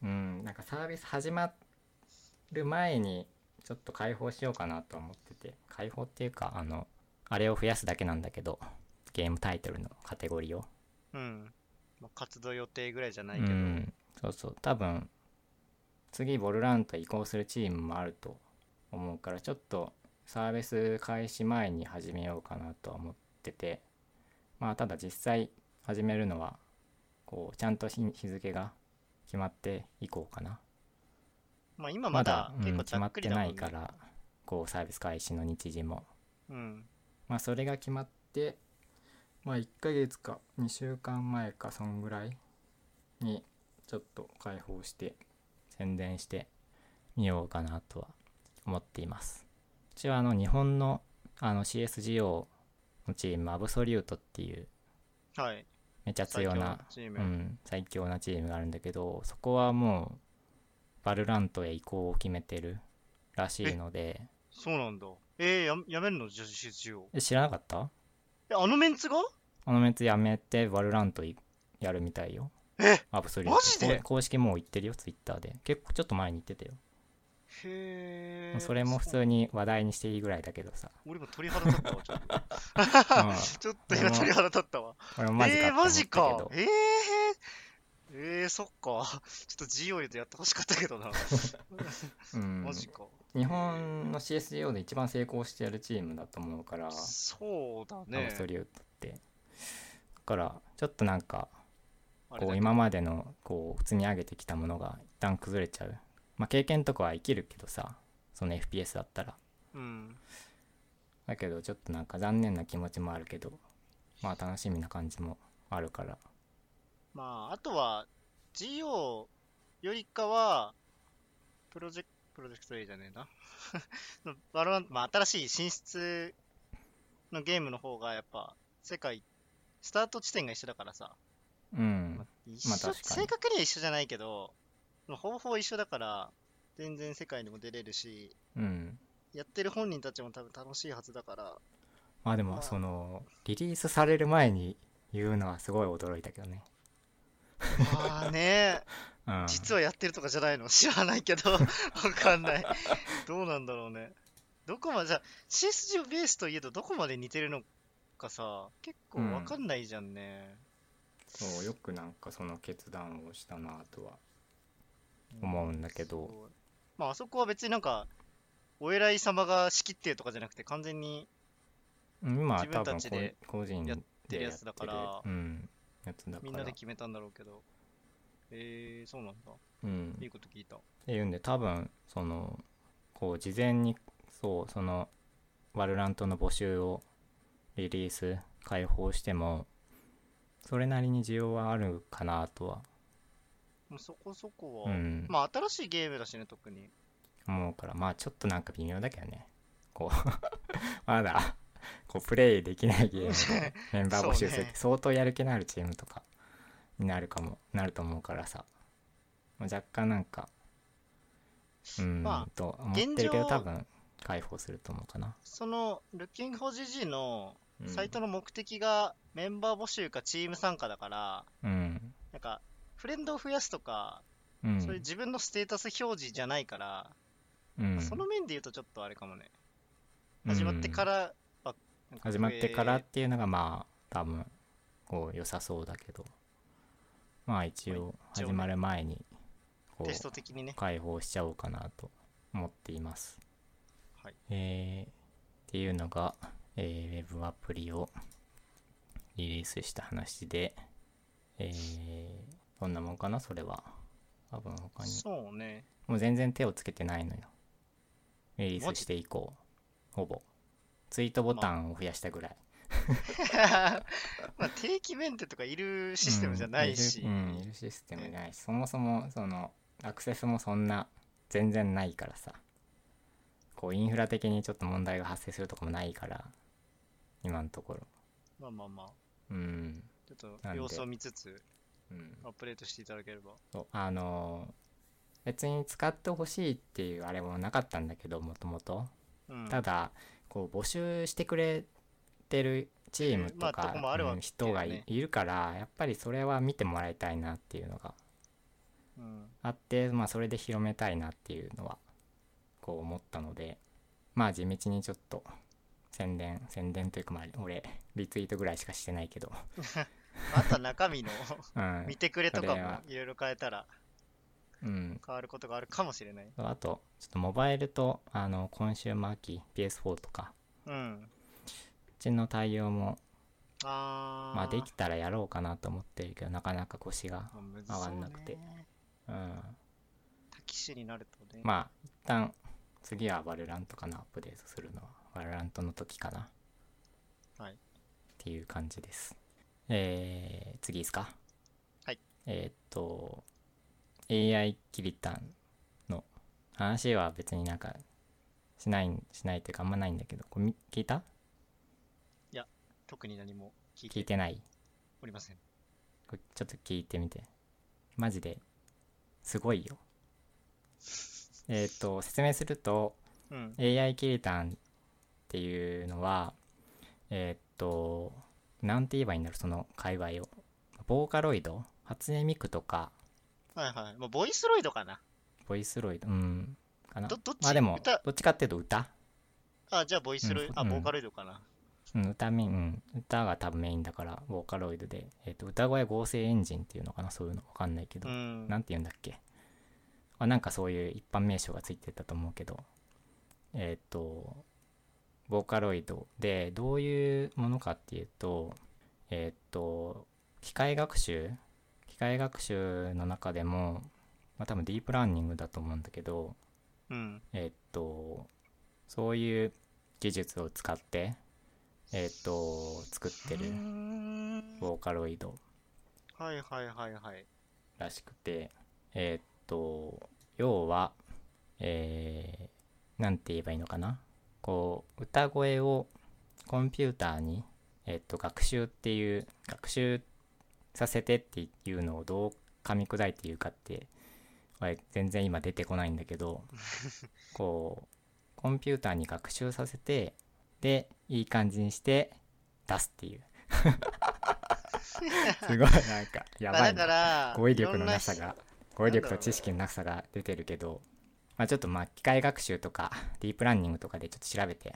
うんなんかサービス始まる前にちょっと開放しようかなと思ってて開放っていうかあのあれを増やすだけなんだけどゲームタイトルのカテゴリーを
うん。まあ、活動予定ぐらいじゃないけ
う
ど。
ん、そうそう多分次ボルラント移行するチームもあると思うからちょっとサービス開始前に始めようかなとは思っててまあただ実際始めるのはこうちゃんと日日付が決まって以降かな
まあ今まだ
うん
結構
決
ざ
ま
っ
って
くりだも
なん
ね。
いからこうサービス開始の日時も
うん。
まあそれが決まってまあ1ヶ月か2週間前かそんぐらいにちょっと開放して宣伝してみようかなとは思っていますうちはあの日本のあの CSGO のチームアブソリュートっていう
はい。
めちゃ強な
最強のチーム
うん、最強なチームがあるんだけどそこはもうバルラントへ移行を決めてるらしいので
そうなんだ。えー、ややめるの女子中央。
え知らなかった
え、あのメンツが
あのメンツやめて、バルラントいやるみたいよ。
え
アブソリュート
マジで
こ公式もう言ってるよ、ツイッターで。結構ちょっと前に言ってたよ。
へ
も
え。
うそれも普
そう。
通に話題にしていいぐらいだけどさ。
俺も鳥肌立ったわ、ちょっと。
うん
ちょっと今鳥肌立ったわ。
俺もマジか
えー、マジ
と思っ
か
た。けど
えー、えー、そっか。ちょっと G オイルでやってほしかったけどな。
うん
マジか。
日本の CSGO で一番成功してるチームだと思うから、
そうだ
アブ
ね
ソ。リュートって。だから、ちょっとなんか、
あれ
こ
だ
う
ね
今までのこう積み上げてきたものが一旦崩れちゃう。まあ経験とかは生きるけどさ、その FPS だったら。
うん。
だけどちょっとなんか残念な気持ちもあるけどまあ楽しみな感じもあるから
まあ、あとは、GO よりかは、プロジェクト、プロジェクト A じゃねえな。 のバロランまあ、新しい進出のゲームの方が、やっぱ、世界、スタート地点が一緒だからさ。
う
まあ
ん、
一緒、
まあ確かに
正確には一緒じゃないけど、まあ方法は一緒だから、全然世界にも出れるし、
うん
やってる本人たちも多分楽しいはずだから、
まあでもそのリリースされる前に言うのはすごい驚いたけどね、
まあね、
うん、
実はやってるとかじゃないの知らないけど、わかんない。どうなんだろうね。どこまで、じゃあ CSG ベースといえど、どこまで似てるのかさ、結構わかんないじゃんね。
そうよくなんかその決断をしたなとは思うんだけど
そうまあ、あそこは別になんか、お偉い様が仕切ってとかじゃなくて、完全に、
今は
自
多分
分た
こ
ちで
う個人で
や
やっ
っ
てて
る
る
やつだから
うん、やつだか
みんな
ら
で決めたんだろうけど。えー、そうなんだ。
うん
いいこと聞いた。
っていうんで多分そのこう事前にそうそのワルラントの募集をリリース開放してもそれなりに需要はあるかなとは、
もうそこそこ
う
は、
ん、
まあ、新しいゲームだしね、特に。
思うからまあちょっとなんか微妙だけどねこう まだこうプレイできないゲーム でメンバー募集するっ
そうね
て相当やる気のあるチームとかになるかもなると思うからさまあ若干なんかうん、
ま
と思ってるけど
現状
多分開放すると思うかな。
その、Looking for GG の
うん
サイトの目的がメンバー募集かチーム参加だから、
うん。
なんか、フレンドを増やすとか、
うん。
そういう自分のステータス表示じゃないから、
うん
その面で言うとちょっとあれかもね。始まってか
うん
らは、なんか
始まってからっ
増
ていうのがまあ多分こう良さそうだけどまあ一応
一応
始
ね
まる前に
え
こ
テスト
う
的にね。
解放しちゃおうかなと思っています、
はい
えーっていうのが、えー、ウェブアプリをリリースした話でえー、どんなもんかなそれは多分他に
そうね。
もう全然手をつけてないのよ。リリースして以降、ほぼ。ツイートボタンを増やしたぐらい。
まあ、定期メンテとかいるシステムじゃないし、
うん、いるうんいるシステムじゃないし、そもそも、その、アクセスもそんな、全然ないからさ。こう、インフラ的にちょっと問題が発生するとかもないから、今のところ。
まあまあまあ、
うん。
ちょっ
なん
と
で
様子を見つつ、
うん
アップデートしていただければ。
そうあのー別に使ってほしいっていうあれもなかったんだけどもともと
うん、
ただこう募集してくれてるチーム
まあ
とか
とこもあるわ
うん
けだ
人
よね
がいいるからやっぱりそれは見てもらいたいなっていうのが
うん
あって、まあ、それで広めたいなっていうのはこう思ったのでまあ地道にちょっと宣伝宣伝というかまあ俺リツイートぐらいしかしてないけど、
あとは中 身の
うん
見てくれとか
それ
も
はい
ろいろ変えたら
うん、
変わることがあるかもしれない。
あとちょっとモバイルとあのコンシューマー機 PS4 とか
うん。
こっちの対応も
あー。
まあできたらやろうかなと思ってるけどなかなか腰が、
まあむず
合
そ
わ
う、ね、
んなくて。うん、
多機種になるとね。
まあ一旦次はバルラントかなアップデートするのはバルラントの時かな
はい
っていう感じですえー、次ですか
はい
えーっと AI キリタンの話は別になんかしないんしないというかあんまないんだけどこれみ聞いた
特に何も
聞
聞い
い
て
てない
おりません。
これちょっと聞いてみてマジですごいよえっ、と説明すると
うん。
AI キリタンっていうのはえっ、となんて言えばいいんだろうその界隈をボーカロイド初音ミクとか
はいはい。まあ、ボイスロイドかな。
ボイスロイドうんかな
どどっち
まあでも
歌
どっちかっていうと歌
あ、じゃあボイスロイド、あ、
うん
ボーカロイドかな。
うん、歌メイン、うん歌が多分メインだからボーカロイドで、えっと歌声合成エンジンっていうのかなそういうのわかんないけど
うん。
なんて言うんだっけあなんかそういう一般名称がついてたと思うけどえっ、とボーカロイドでどういうものかっていうとえっ、と機械学習機械学習の中でも、まあ、多分ディープラーニングだと思うんだけど
うん。
えっ、とそういう技術を使ってえっ、と作って
うー
る
ん
ボーカロイド
はいはいはいはい。
らしくてえーっと要はえーなんて言えばいいのかなこう歌声をコンピューターに、えーっと学習っていう学習させてっていうのをどう噛み砕いて言うかって俺全然今出てこないんだけどこうコンピューターに学習させてでいい感じにして出すっていう すごいなんかや
ま
ば
あだ
いな
から、
語彙力のなさ
いろん
が語彙力と知識のなさが出てるけど、まあ、ちょっとまあ機械学習とかディープラーニングとかでちょっと調べて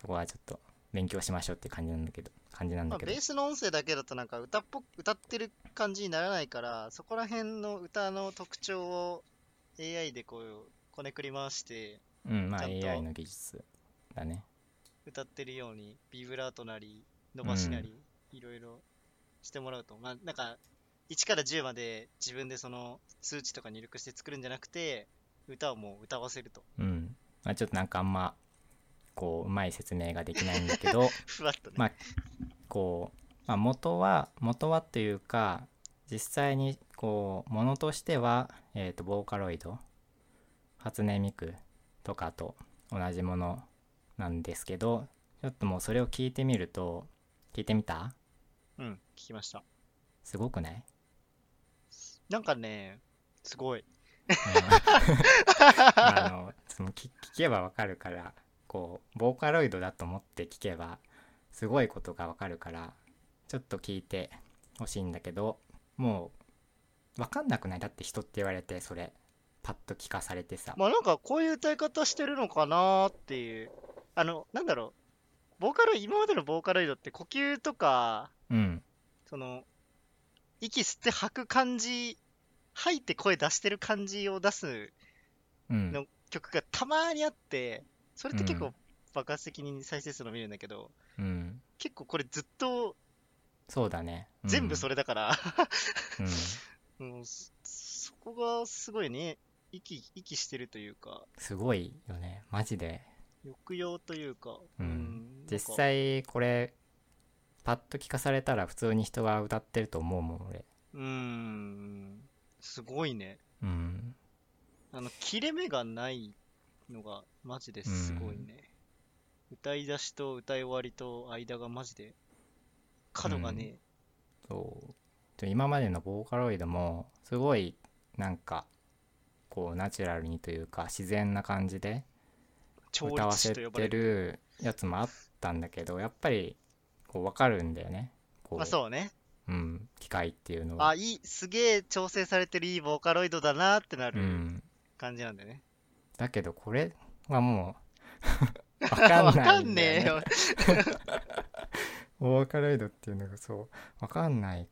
そこはちょっと勉強しましょうっていう感じなんだけど感じなん
な。まあ、
だけど
ベー、スの音声だけだとなんか歌っぽく歌ってる感じにならないからそこら辺の歌の特徴を AI でこうこねくり回して
うんまあ
ちゃんと
AI の技術だね
歌ってるようにビブラートなり伸ばしなり、いろいろしてもらうとまあなんか1から10まで自分でその数値とか入力して作るんじゃなくて歌をもう歌わせると
うん、まあ、ちょっとなんかあんまこううまい説明ができないんだけど
ふわっとね、
まあこう、まあ、元は元はというか実際にこうものとしては、えー、とボーカロイド初音ミクとかと同じものなんですけどちょっともうそれを聞いてみると聞いてみた
うん聞きました
すごくない、
なんかねすごい
うんあのその聞聞けばわかるからこうボーカロイドだと思って聞けばすごいことがわかるからちょっと聞いてほしいんだけどもうわかんなくないだって人って言われてそれパッと聞かされてさ、
まあなんかこういう歌い方してるのかなっていう。あの、なんだろう。ボーカル、今までのボーカロイドって呼吸とか、
うん
その、息吸って吐く感じ、吐いて声出してる感じを出す
うん
の曲がたまにあって、それって結
う
構爆発的に再生数伸びるんだけど、
うん
結構これずっと
そうだね、
全部そ
れ、
れだから、
うん
うんそそこがすごいね、息、息してるというか、
すごいよねマジで
抑揚というか、
うん
んなんか
実際これパッと聞かされたら普通に人が歌ってると思うもん俺
うーん、すごいね。
うん
あの、切れ目がないのがマジですごいね。歌い出しと歌い終わりと間がマジで角がね、
そうと今までのボーカロイドもすごいなんかこうナチュラルにというか自然な感じで
調
歌わ
律
せ
師と呼ばれ
て
る。
るやつもあったんだけどやっぱりこう分かるんだよねこ
まあそうね。
う、うん、機械っていうのは
あ、いい、すげえ調整されてるいいボーカロイドだなってな
う
る
ん、
感じなんだよね。
だけどこれはも う分かん
わ
な
か
い
ん
ん
ね
だよ
え
ね
よ。
ボーカロイドっていうのがそう分かんない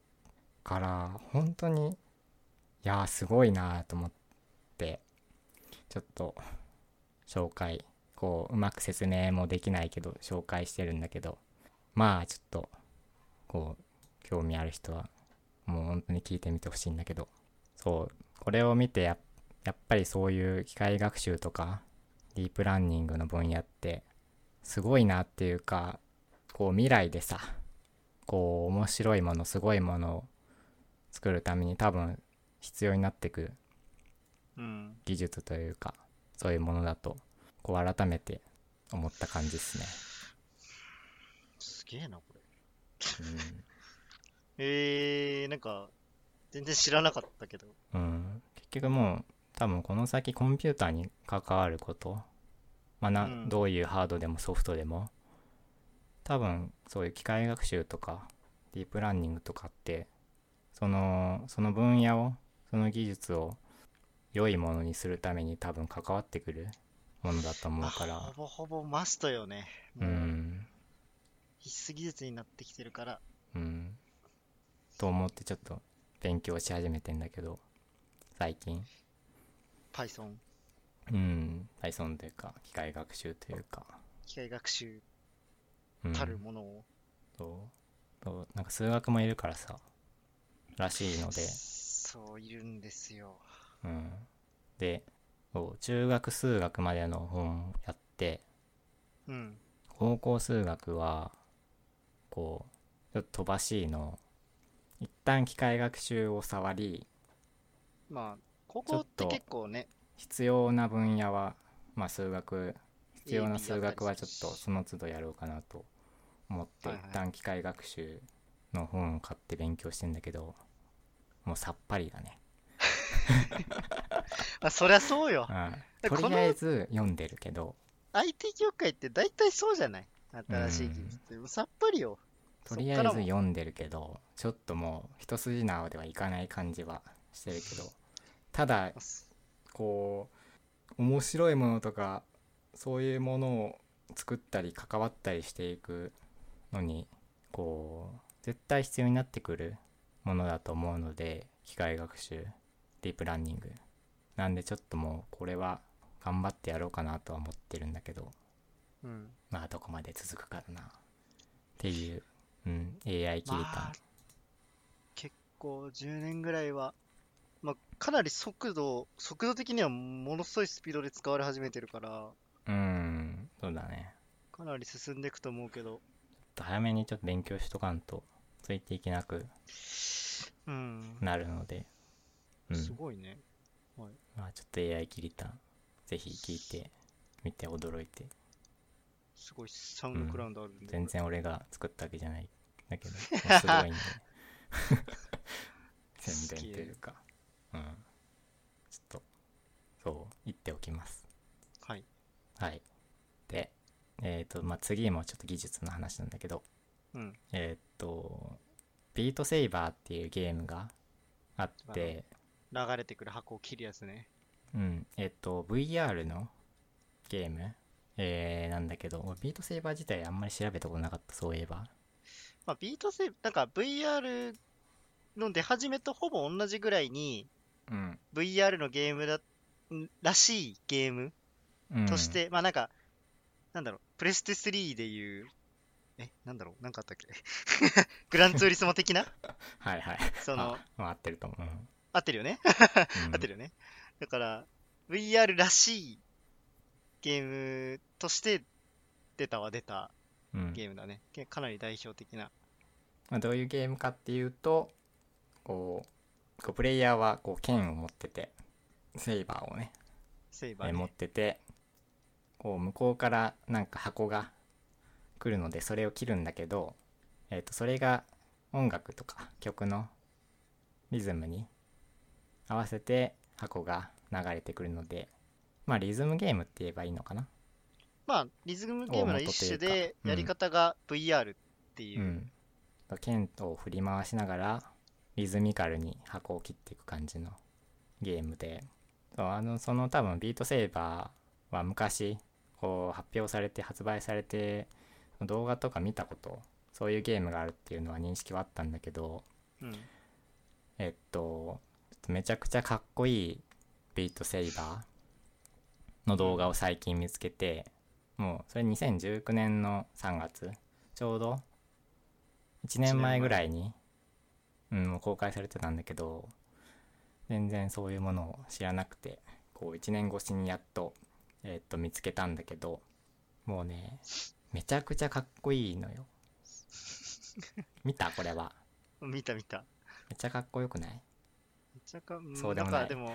から本当にいやーすごいなーと思ってちょっと紹介こううまく説明もできないけど紹介してるんだけどまあちょっとこう興味ある人はもう本当に聞いてみてほしいんだけどそうこれを見てやっやっぱりそういう機械学習とかディープランニングの分野ってすごいなっていうかこう未来でさこう面白いものすごいものを作るために多分必要になってく
うん。
技術というかそういうものだとこう改めて思った感じですね。
すげえな、これ。えー、なんか、全然知らなかったけど。
うん、うん結局もう多分この先コンピューターに関わること、まあな
うん
どういうハードでもソフトでも多分そういう機械学習とかディープラーニングとかってそのその分野をその技術を良いものにするために多分関わってくるものだと思
ま
う
あ
から
ほぼほぼマストよね。
う
もう、
ん
必須技術になってきてるから。
うんと思ってちょっと勉強し始めてんだけど最近
Python、
うん、Python というか機械学習というか、
機械学習
うん、
たるものを。
そうそうなんか数学もいるからさらしいので、
そう、いるんですよ。
うん、でそう中学数学までの本やって
うん。
高校数学はこうちょっと飛ばしいの一旦機械学習を触り
まあ、高校っ
ち
て
ょっと
結構ね、
必要な分野は、まあ、数学必要
AB だ
な
ったり
数学はちょ
する
っと
し
その都度やろうかなと思って
はい
一
はい
旦機械学習の本を買って勉強してんだけどもうさっぱりだね、
あ、そりゃそうよ
う。ん
え
とりあえず読んでるけど
IT 業界って大体そうじゃない新しい技術って。もうさっぱりよ。
とりあえ
そっ
ず
からも
読んでるけどちょっともう一筋縄ではいかない感じはしてるけどただこう面白いものとかそういうものを作ったり関わったりしていくのにこう絶対必要になってくるものだと思うので機械学習ディープランニングなんでちょっともうこれは頑張ってやろうかなとは思ってるんだけど
うん。
まあどこまで続くかだなっていう、うん、AI キリ
まあ
タ、
結構10年ぐらいは、まあ、かなり速度、速度的にはものすごいスピードで使われ始めてるから、
ンうんそうだね
かなり進んでいくと思うけど、
ちょっと早めにちょっと勉強しとかんとついていけなく
うん、
なるので、うん
すごいね。
まあ、ちょっと AI 切りたんぜひ聞いてみて驚いて
すごいサウンドクラウンドあるんで、
全然俺が作ったわけじゃないんだ けどもうすごいんで宣伝というかうんちょっとそう言っておきます
はい。
はいでえっ、とまあ次もちょっと技術の話なんだけど
うん。
えっ、とビートセイバーっていうゲームがあって
流れてくる箱を切るやつね。
うん、えっと、VR のゲーム、えー、なんだけど、俺ビートセイバー自体あんまり調べたことなかった、そういえば。
まあ、ビートセーブ、なんか VR の出始めとほぼ同じぐらいに、
うん。
VR のゲームだ、んらしいゲームとし、て、まあなんか、なんだろう、プレステ3でいう、え、なんだろう、なんかあったっけ グランツーリスモ的な
はいはい。
その
あ、、まあ合ってると思う。うん
合ってるよね 合ってるよねだから、VR らしいゲームとして出たは出た
うんうん
ゲームだね。けかなり代表的な。
まあ、どういうゲームかっていうと、こう、こうプレイヤーはこう剣を持ってて、セイバーをね、
セイ
え
バ
ー
ー
持っ
ね。
てて、こう向こうからなんか箱が来るので、それを切るんだけど、えっと、それが音楽とか曲のリズムに合わせて箱が流れてくるのでまあリズムゲームって言えばいいのかな
まあ、リズムゲームの一種で、やり方が VR っていうう、
ん剣を振り回しながらリズミカルに箱を切っていく感じのゲームでそうあのその多分ビートセーバーは昔こう発表されて発売されて動画とか見たことそういうゲームがあるっていうのは認識はあったんだけど
うん
えっとめちゃくちゃかっこいいビートセイバーの動画を最近見つけてもうそれ2019年の3月ちょうど1年前ぐらいに、うん、もう公開されてたんだけど全然そういうものを知らなくてこう1年越しにやっと,、えっと見つけたんだけどもうねめちゃくちゃかっこいいのよ見たこれは
見た見た。
めっちゃかっこよくない
めっちゃかん
そうでもない
んかでも、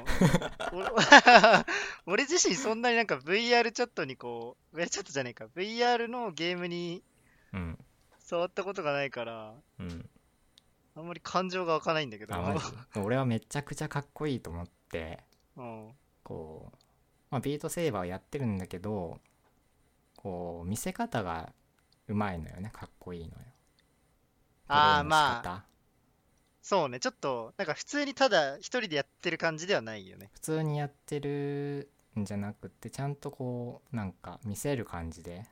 お 俺自身そんなになんか VR チャットにこう、VR チャットじゃねえか、VR のゲームに
うん
触ったことがないから、
うん
あんまり感情が湧かないんだけど、
あマジ俺はめちゃくちゃかっこいいと思って
うん、
こう、まあ、ビートセーバーをやってるんだけどこう見せ方がうまいのよねかっこいいのよ
ああ、
プレイの仕
まあ、
方
そうね、ちょっと、なんか普通にただ一人でやってる感じではないよね。
普通にやってるんじゃなくてちゃんとこうなんか見せる感じで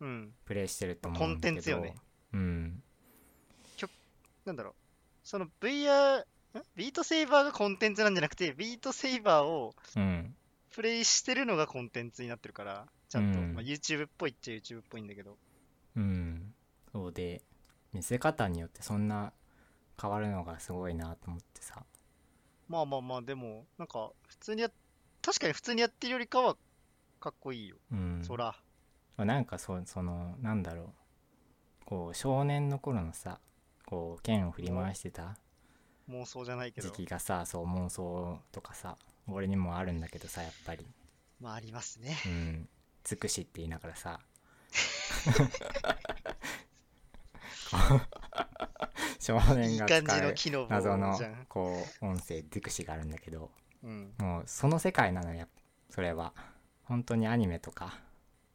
うん、
プレイしてると思うんだけど
コンテンツよね
うん
なんだろう、その VR、んビートセイバーがコンテンツなんじゃなくて、ビートセイバーを
うん
プレイしてるのがコンテンツになってるから、ちゃんと、
うん
まあ、YouTube っぽいっちゃ YouTube っぽいんだけど、
うんそうで見せ方によってそんな変わるのがすごいなと思ってさ
まあまあまあ、でも、なんか、普通にやっ、確かに普通にやってるよりかは、かっこいいよ、
うん
そら。
まあなんかそうそのなんだろうこう少年の頃のさこう剣を振り回してた
妄想じゃないけど
時、期がさそう妄想とかさ俺にもあるんだけどさやっぱり
まあありますね。
うん尽くしって言いながら さ少
い
年
い
が
感じ
使
の
う
機能
謎
も
の
じゃん。
こう音声尽くしがあるんだけど
うん。
もうその世界なのよやっぱそれは本当にアニメとか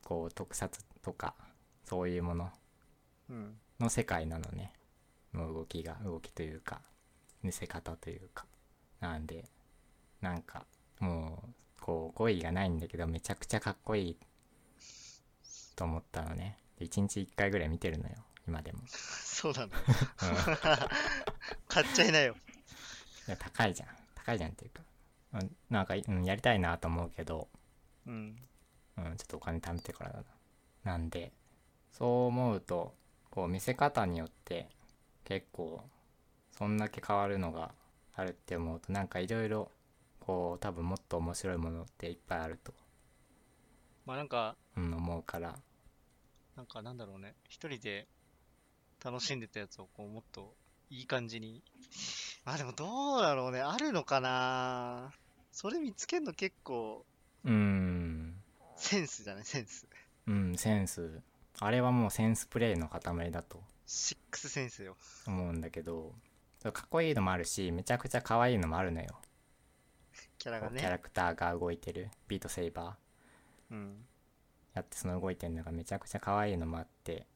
こう特撮とかそういうもの
うん。
の世界なのねもう動きが動きというか見せ方というかなんでなんかもうこう語彙がないんだけどめちゃくちゃかっこいいと思ったのね1日1回ぐらい見てるのよ今でも、うん
そうなの。
い
買っちゃいなよ。
や高いじゃん高いじゃんっていうかうんなんか、うん、やりたいなと思うけど、
うん。
うん、ちょっとお金貯めてからだななんでそう思うとこう見せ方によって結構そんだけ変わるのがあるって思うとなんかいろいろこう多分もっと面白いものっていっぱいあると、
まあなんか、
うん、思うから
なんかなんだろうね。一人で楽しんでたやつを、こう、もっといい感じに。あ、でもどうだろうね。あるのかなそれ見つけるの結構、
うん
センスじゃないセンス。
うんセンスあれはもうセンスプレイの塊だと
シックスセンスよ。
思うんだけどかっこいいのもあるしめちゃくちゃ可愛いのもあるのよ、
キャラ
こ
が
うキャ
ね。
ラクターが動いてるビートセイバー
うん。
やってその動いてるのがめちゃくちゃ可愛いのもあって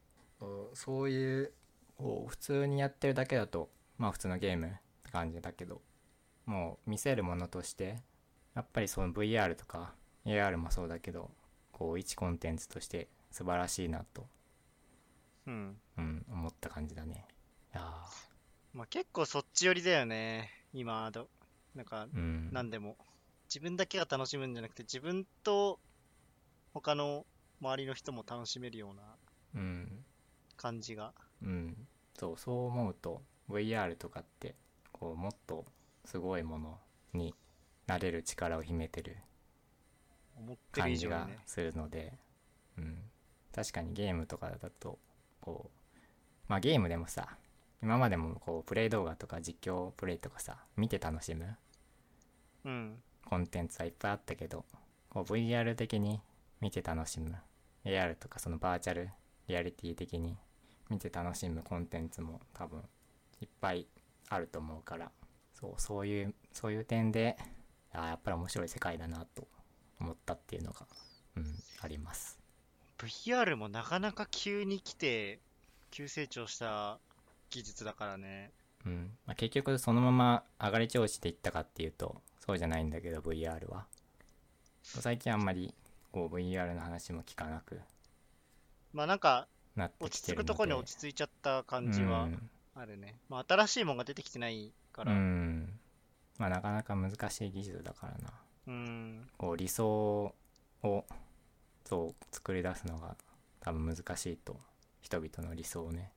そういうこう普通にやってるだけだとまあ普通のゲームって感じだけどもう見せるものとしてやっぱりその VR とか AR もそうだけどこう一コンテンツとして素晴らしいなと、
うん。
うん、思った感じだねいや
まあ結構そっち寄りだよね。今ど、なんか
ーうん
何でも。自分だけが楽しむんじゃなくて、自分と他の周りの人も楽しめるような
うん
感じが。
うん、そうそう思うと VR とかってこうもっとすごいものになれる力を秘めてる
思ってる
感
以
じ
上に
が
ね。
するので、うん、確かにゲームとかだとこうまあゲームでもさ今までもこうプレイ動画とか実況プレイとかさ見て楽しむ
うん。
コンテンツはいっぱいあったけどこう VR 的に見て楽しむ AR とかそのバーチャルリアリティ的に見て楽しむコンテンツも多分いっぱいあると思うからそうそういうそういう点であーやっぱり面白い世界だなと思ったっていうのが、うん、あります
VR もなかなか急に来て、急成長した技術だからね。
うんまあ、結局そのまま上がり調子でいったかっていうとそうじゃないんだけど VR は最近あんまりこう VR の話も聞かなく
まあなんか、
なって
落
き
ち
てるの
着く
で
とこに落ち着いちゃった感じ
う
は
ん
あるね。まあ新しいもんが出てきてないから。
う
うん。
んまあなかなか難しい技術だからなこう理想をそう作り出すのが多分難しいと人々の理想をね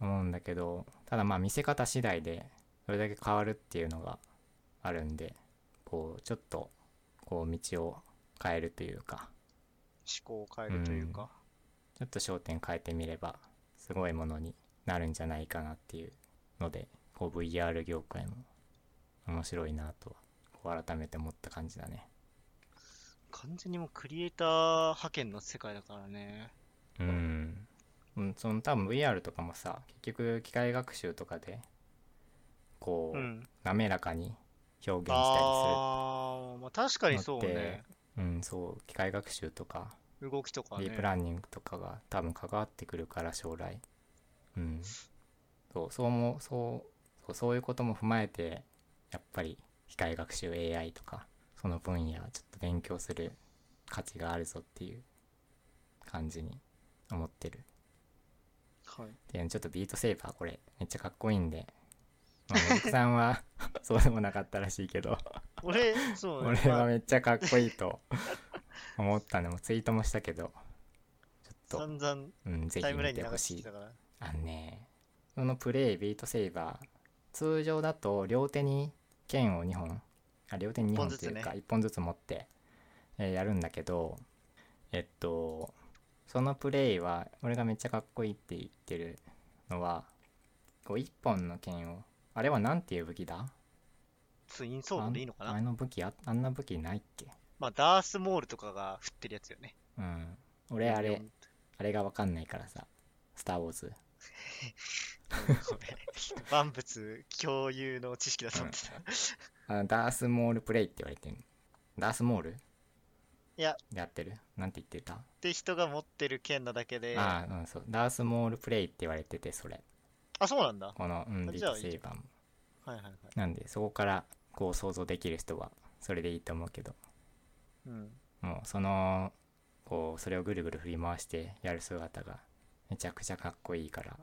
思うんだけどただまあ見せ方次第でそれだけ変わるっていうのがあるんでこうちょっとこう道を変えるというか
思考を変えるというか。
ちょっと焦点変えてみればすごいものになるんじゃないかなっていうのでこう VR 業界も面白いなとはこう改めて思った感じだね。
完全にもうクリエイター派遣の世界だからね。
うん、うん、その多分 VR とかもさ結局機械学習とかでこう、
うん。
滑らかに表現した
ああ、まあ確かにそうね。
りする、うん、そう機械学習とか
動きとか
デ
ね
ィープ。ラーニングとかが多分関わってくるから将来うんそうそうもそうそうそういうことも踏まえてやっぱり機械学習 AI とかその分野をちょっと勉強する価値があるぞっていう感じに思ってる
はい。
でちょっとビートセーバーこれめっちゃかっこいいんで、まあ、もずくさんは そうでもなかったらしいけど
俺、そうね
俺。
まあ
はめっちゃかっこいいと思ったのもツイートもしたけどちょっと、
散々
うん、ぜ
タイ
ひ
ムライ
見
ンに
て
流
ほ
して
し
き
い
たから。
あのねそのプレイビートセーバー通常だと両手に剣を2本あ両手に2本というか1本ずつ持って、えーやるんだけどえっとそのプレイは俺がめっちゃかっこいいって言ってるのはこう1本の剣をあれはなんていう武器だ
ツインソードでいいのか
あん
な
あの武器ああんな武器ないっけ
まあ、ダースモールとかが振ってるやつよね。
うん俺あれ
うん
あれがわかんないからさ「スター・ウォーズ」
ごめん万物共有の知識だと思ってた。
あダースモールプレイって言われてるダースモール
いや
やってるなんて言ってた、
で、人が持ってる剣なだけで。あ
ああうんそうダースモールプレイって言われててそれ
そうなんだ。は
この、うん、
あ
ビー
じゃあ
トセイバーも
いはいはい。
なんでそこからこう想像できる人はそれでいいと思うけど
うん。
もうそのこうそれをぐるぐる振り回してやる姿がめちゃくちゃかっこいいから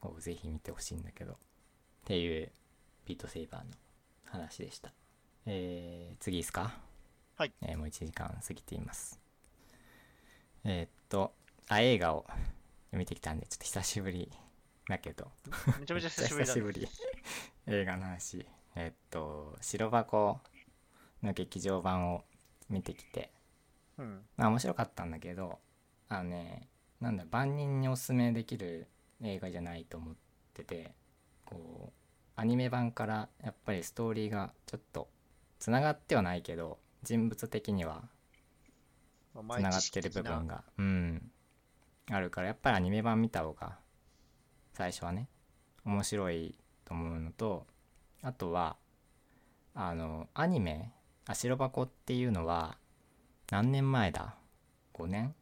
こうぜひ見てほしいんだけどっていうビートセイバーの話でしたえー、次ですか
はい、
えーもう1時間過ぎていますえーっとあ映画を見てきたんでちょっと久しぶりだけど
めちゃめちゃ久しぶりだ、ね。
めっち ゃ久しぶり映画の話えっと白箱の劇場版を見てきて
うん。
まあ面白かったんだけどあのねなんだ万人におすすめできる映画じゃないと思っててこうアニメ版からやっぱりストーリーがちょっとつながってはないけど人物的には
まあ、
つ
毎
ながっ
日
てる部
的な
分がうんあるからやっぱりアニメ版見た方が最初はね面白いと思うのとあとはあのアニメ「あ白箱」っていうのは何年前だ ?5 年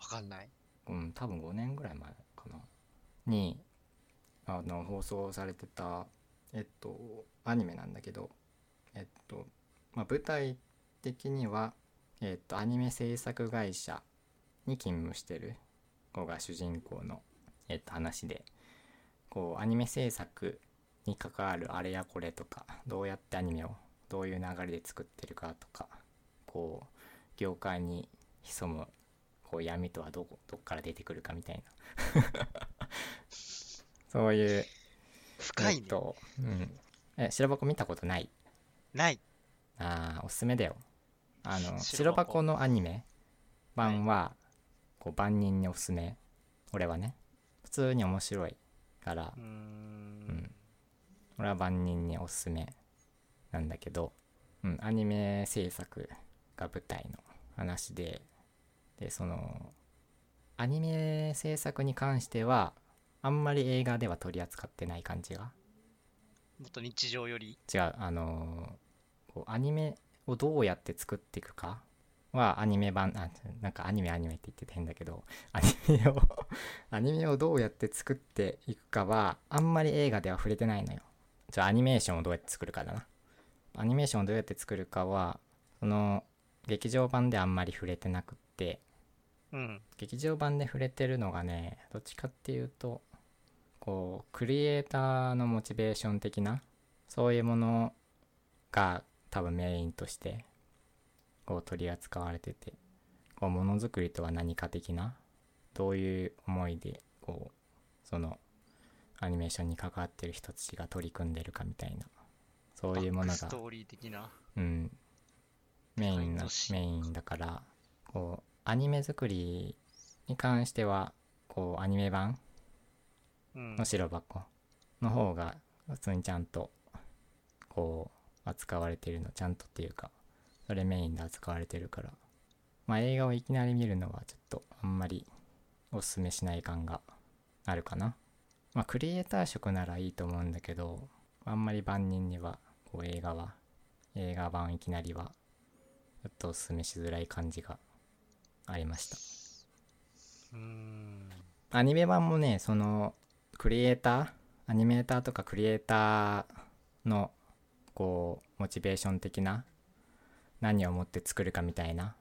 わかんない。
うん多分5年ぐらい前かなにあの放送されてたえっとアニメなんだけどえっと、まあ、舞台的には、えっと、アニメ制作会社に勤務してる子が主人公の、えっと、話でこうアニメ制作に関わるあれやこれとかどうやってアニメをどういう流れで作ってるかとかこう業界に潜むこう闇とはどこどっから出てくるかみたいな そういう
深い
えっ
ね。
とうん、え白箱見たことない
ない。
あーおすすめだよあの
白
白
箱
箱のアニメ版は、こう万人におすすめ俺はね普通に面白いから
うー
うん
ん。
俺は万人におすすめなんだけど、うん、アニメ制作が舞台の話ででそのアニメ制作に関してはあんまり映画では取り扱ってない感じが
もっと日常より
違うあのーこうアニメをどうやって作っていくかはアニメ版あなんかアニメアニメって言ってて変だけど アニメをアニメをどうやって作っていくかはあんまり映画では触れてないのよじゃあアニメーションをどうやって作るかだなアニメーションをどうやって作るかはその劇場版であんまり触れてなくって
うん
劇場版で触れてるのがねどっちかっていうとこうクリエイターのモチベーション的なそういうものが多分メインとしてこう取り扱われててこうものづくりとは何か的などういう思いでこうそのアニメーションに関わってる人たちが取り組んでるかみたいなそういうもの
バックス
が
トーリー的な
うん、メイン
毎
な
年
メインだからこうアニメ作りに関してはこうアニメ版
うん
の白箱の方が普通にちゃんとこう扱われてるのちゃんとっていうかそれメインで扱われてるからまあ映画をいきなり見るのはちょっとあんまりおすすめしない感があるかなまあクリエイター色ならいいと思うんだけどあんまり万人にはこう映画は映画版いきなりはちょっとおすすめしづらい感じがありました
うーん
アニメ版もねそのクリエイターアニメーターとかクリエイターのこうモチベーション的な何をもって作るかみたいな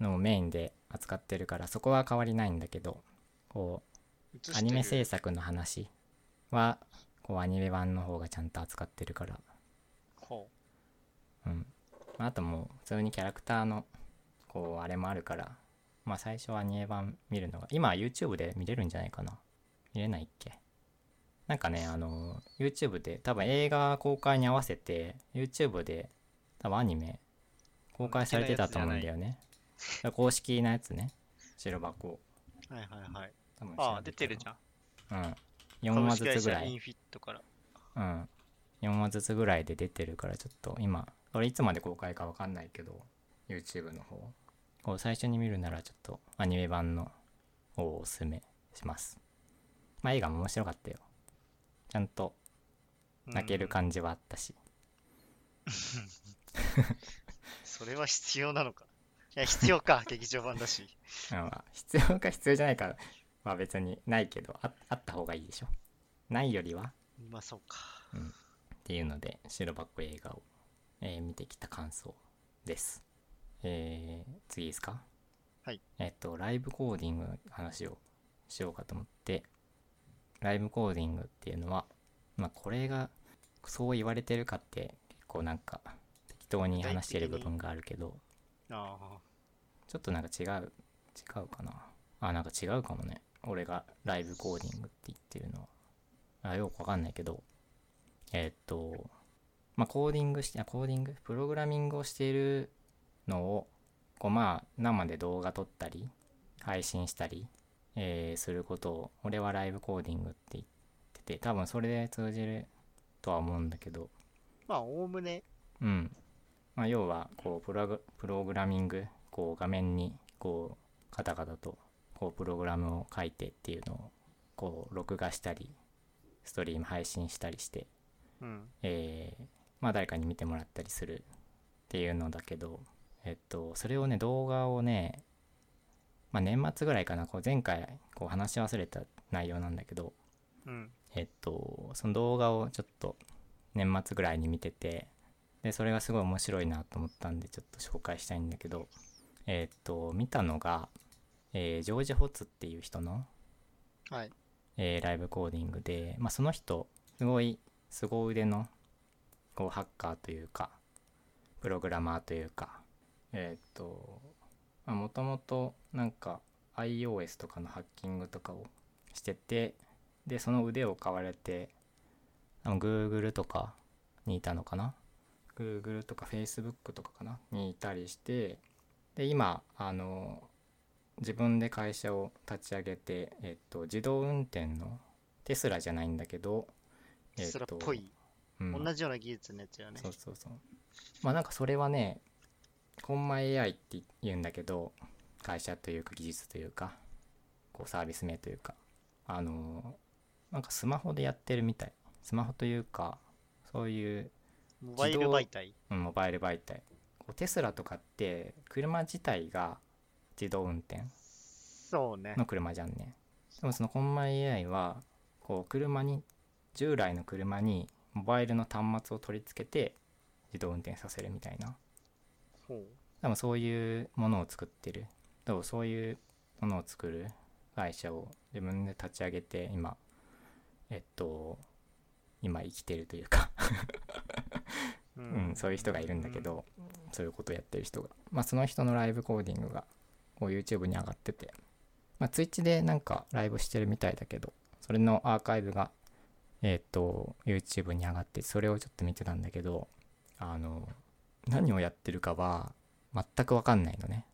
のをメインで扱ってるからそこは変わりないんだけどこう
映してる
アニメ制作の話はこうアニメ版の方がちゃんと扱ってるから
ほ
うん、まああともう普通にキャラクターのこうあれもあるからまあ最初はアニメ版見るのが今 YouTube で見れるんじゃないかな見れないっけなんかねあの YouTube で多分映画公開に合わせて YouTube で多分アニメ公開されてたと思うんだよね公式なやつね白箱
うはいはいはい
多分
ああ出てるじ
ゃ
ゃん
んうん4話ずつぐら
イ
い
ンフィットから
うん4話ずつぐらいで出てるからちょっと今これいつまで公開か分かんないけど YouTube の方こう最初に見るならちょっとアニメ版の方をおすすめしますまあ映画も面白かったよちゃんと泣ける
うん
感じはあったし、
それは必要なのかいや必要か 劇場版だし
うんまあ必要か必要じゃないかは別にないけどああった方がいいでしょないよりは
まあそうか
っていうので白箱映画を、えー見てきた感想です、えー次ですか
はい
えっとライブコーディングの話をしようかと思ってライブコーディングっていうのはまあこれがそう言われてるかって結構なんか適当に話してる部分があるけど
ああ
ちょっとなんか違う違うかなあなんか違うかもね俺がライブコーディングって言ってるのはあよくわかんないけどえーっとまあコーディングしてあコーディングプログラミングをしているのをこうまあ生で動画撮ったり配信したり、えーすることを俺はライブコーディングって言ってて多分それで通じるとは思うんだけど
まあおおむね
うんまあ、要はこうプログプログラミングこう画面にこうカタカタとこうプログラムを書いてっていうのをこう録画したりストリーム配信したりして、
うん
えーまあ、誰かに見てもらったりするっていうのだけど、えっと、それをね動画をね、まあ、年末ぐらいかなこう前回こう話し忘れた内容なんだけど
うん
えっと、その動画をちょっと年末ぐらいに見ててでそれがすごい面白いなと思ったんでちょっと紹介したいんだけどえっと見たのが、えージョージ・ホツっていう人の、
はい
えーライブコーディングで、まあ、その人すごい凄腕のこうハッカーというかプログラマーというかえっともともとなんか iOS とかのハッキングとかをしててでその腕を買われてあの Google とかにいたのかな Google とか Facebook とかかなにいたりしてで今あの自分で会社を立ち上げて、えっと、自動運転のテスラじゃないんだけど、
テスラっぽい、
うん
同じような技術のやつよね
そうそうそうまあなんかそれはねコンマ AI って言うんだけど会社というか技術というかこうサービス名というかあのーなんかスマホでやってるみたいスマホというかそういう
モバイル
自動
媒体
うんモバイル媒体こうテスラとかって車自体が自動運転
そうね
の車じゃんねでもそのコンマ AI はこう車に従来の車にモバイルの端末を取り付けて自動運転させるみたいな
ほ
多分そういうものを作ってるでもそういうものを作る会社を自分で立ち上げて今えっと今生きてるというか、
う、う
うん、そういう人がいるんだけど、そういうことをやってる人が、まあ、その人のライブコーディングがこう YouTube に上がってて、まあ、Twitch でなんかライブしてるみたいだけどそれのアーカイブがえっと YouTube に上がってそれをちょっと見てたんだけどあの何をやってるかは全く分かんないのね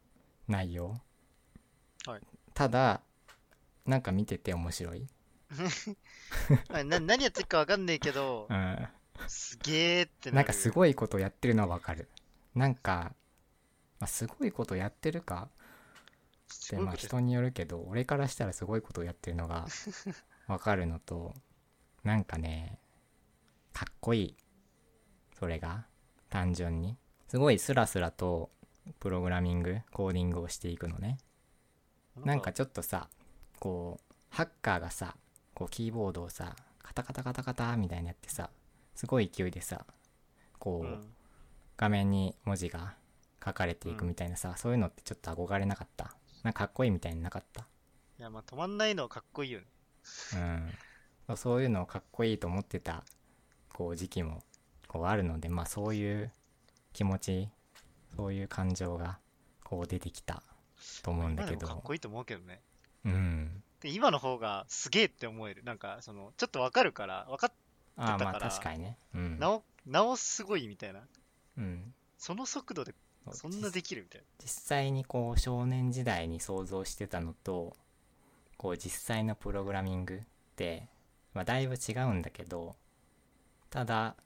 内容、
はい
ただなんか見てて面白い、
あな何やってるかわかんないけど
うん、
すげーってなる
なんかすごいことやってるのはわかるなんか、まあ、すごいことやってるかっ
す
て
ごい
まあ
こと
人によるけど俺からしたらすごいことをやってるの がわかるのとなんかねかっこいいそれが単純にすごいスラスラとプログラミングコーディングをしていくのねなんかちょっとさこうハッカーがさこうキーボードをさカタカタカタカタみたいにやってさすごい勢いでさこ
う
う、
ん
画面に文字が書かれていくみたいなさ、そういうのってちょっと憧れなかったなんかかっこいいみたいになかった
いやまあ止まんないのはかっこいいよね
うんそう、そういうのをかっこいいと思ってたこう時期もこうあるので、まあ、そういう気持ちそういう感情がこう出てきたと思うんだ
今
け
でもかっ
ど、
こいいと思うけどね
うん、
で今の方がすげーって思えるなんかそのちょっとわかるからわかっ
ああ
だ
ま
か
あ
ら
確かにね、うん
なおなおすごいみたいな
うん、
その速度でそんなできるみたい
実際にこう少年時代に想像してたのとこう実際のプログラミングって、まあ、だいぶ違うんだけどただ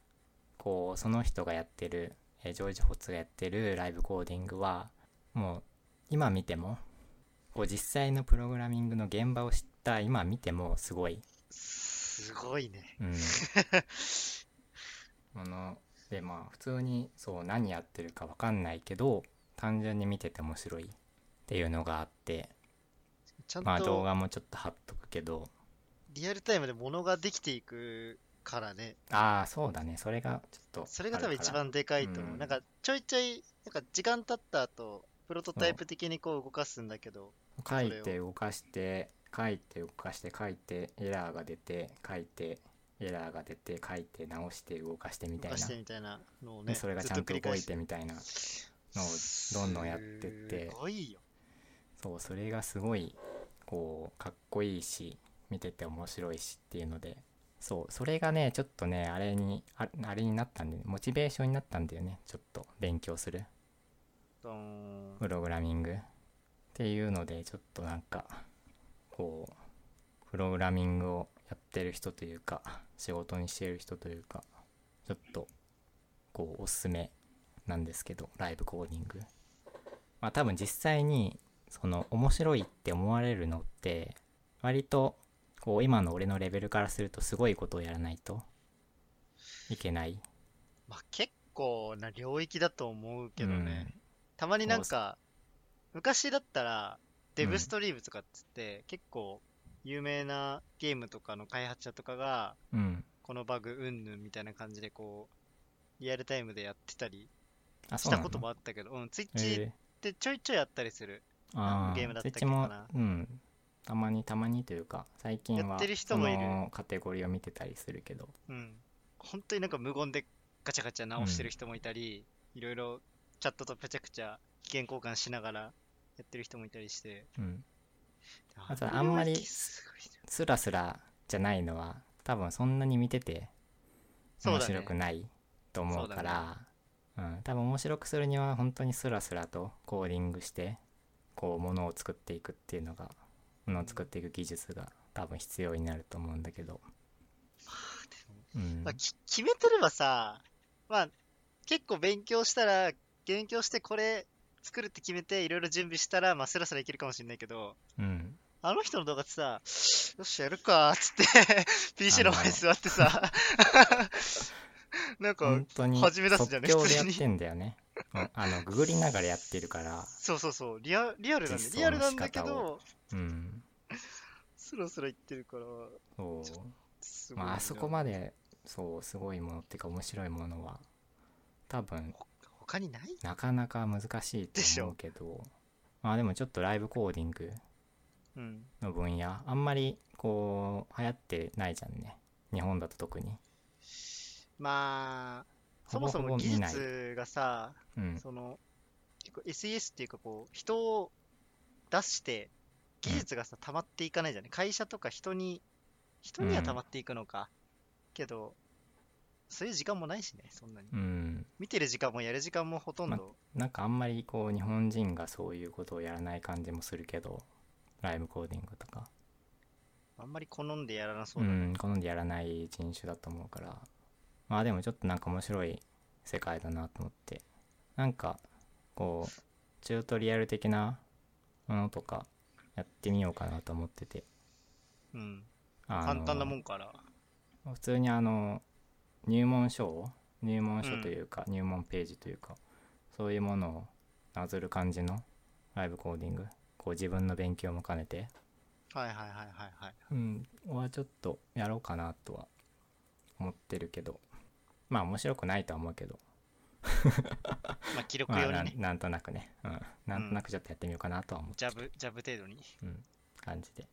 こうその人がやってるえージョージ・ホッツがやってるライブコーディングはもう今見てもこう実際のプログラミングの現場を知った今見てもすごい
なすごいね
うん あのでまあ普通にそう何やってるか分かんないけど単純に見てて面白いっていうのがあって
ちゃん
まあ動
と
画もちょっと貼っとくけど
リアルタイムで物ができていくからね
ああそうだねそれがちょっと
それが多分一
ある
番でかいと思う、
うん
なんかちょいちょいなんか時間経った後プロトタイプ的にこう動かすんだけど
から
そ
書
れを
いて動かして書いて動かして書いてエラーが出て書いてエラーが出て書いて直して動かしてみた
動
いな
かしてみたいなのを
で
ね
それが
ず
ち
っ
ゃんと
繰り
動
返
い
して
みたいなのをどんどんやってって
すごいよ
そうそれがすごいこうかっこいいし見てて面白いしっていうのでそうそれがねちょっとねあれにああれになったんでモチベーションになったんだよねちょっと勉強する
どーん
プログラミングっていうのでちょっとなんかこうプログラミングをやってる人というか仕事にしてる人というかちょっとこうおすすめなんですけどライブコーディングまあ多分実際にその面白いって思われるのって割とこう今の俺のレベルからするとすごいことをやらないといけない
まあ、結構な領域だと思うけどね、
うん
たまになん
そ
か昔だったらデ
う
ブ
ん
ストリームとかっつって、結構有名なゲームとかの開発者とかが
うん
このバグうんぬんみたいな感じでこうリアルタイムでやってたり
あ
し
そうな
た
の
こともあったけどうんツイッ
へ
チっ
え
てちょいちょいあったりする、
あ
ゲームだったっけ
そちも
かな
うんたまにたまにというか最近
やっ
は
てる人もいる
そのカテゴリーを見てたりするけど
うん、本当になんか無言でガチャガチャ直してる人もいたり、いろいろチャットとペチャクチャ意見交換しながらやってる人もいたりして
うんあとあんまりスラスラじゃないのは多分そんなに見てて
そう
面
だね
白くないと思うか
そ
らう、ん、多分面白くするには本当にスラスラとコーディングしてこうものを作っていくっていうのがものを作っていく技術が多分必要になると思うんだけど、うん
まあ、き決めてればさ、まあ、結構勉強したら、勉強してこれ作るって決めて、いろいろ準備したら、まあ、スラスラいけるかもしれないけど、
うん、
あの人の動画ってさ、よっしゃ、やるかーっつって、PC の前に座ってさ、 なんか
本、当に
始め出すじゃ
即
んね
興でやっ
普通に
てんだよね、うん、あのググりながらやってるから
そうそうそう、リアリアルなんで、
実
リア
装
ル
の
なん
仕方を
だけど、
うん
スラスラ言ってるから、
そ
ちょ
う
すごいな。
まああそこまでそうすごいものっていうか面白いものは多分
他にない
なかなか難しいと思うけどまあでもちょっとライブコーディング
うん。
の分野あんまりこう流行ってないじゃんね日本だと特に
まあ、そ
ほ
も
ぼ
そ
ほ
も
ぼ
技
見ない
術がさ、
うん
その、結構 SES っていうかこう、人を出して、技術がさ、溜まっていかないじゃない会社とか人に、人には溜まっていくのか。けど、そういう時間もないしね、そんなに。
うん
見てる時間もやる時間もほとんど。
なんかあんまりこう日本人がそういうことをやらない感じもするけどライブコーディングとか
あんまり好んでやらなそううだね。
ん好んでやらない人種だと思うからまあでもちょっとなんか面白い世界だなと思ってなんかこうチュートリアル的なものとかやってみようかなと思ってて
うん。
あの
簡単なもんから。
普通にあの入門書を入門書というか、入門ページというかそういうものをなぞる感じのライブコーディングこう自分の勉強も兼ねて、
はいはいはいはいはい。
うん、はちょっとやろうかなとは思ってるけどまあ面白くないとは思うけど、
まあ、記録
まあ、
用に
な
ね。
なんとなくね、うん、なんとなくちょっとやってみようかなとは思って
ジャブ、ジャブ程度に。
る、うん、感じで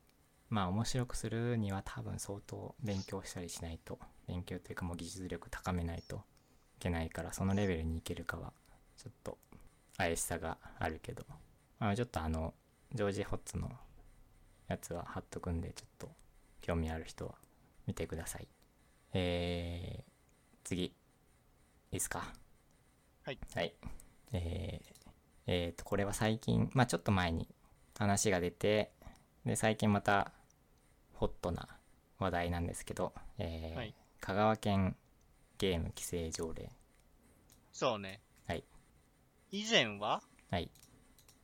まあ面白くするには多分相当勉強したりしないと勉強というかもう技術力高めないといけないからそのレベルにいけるかはちょっと怪しさがあるけど、まあ、ちょっとあのジョージ・ホッツのやつは貼っとくんでちょっと興味ある人は見てくださいえー、次いいっすか
はい、
はい、えー、えーとこれは最近まあちょっと前に話が出てで最近またホットな話題なんですけど、えー
はい
香川県ゲーム規制条例
そうね。
はい。
以前は、
はい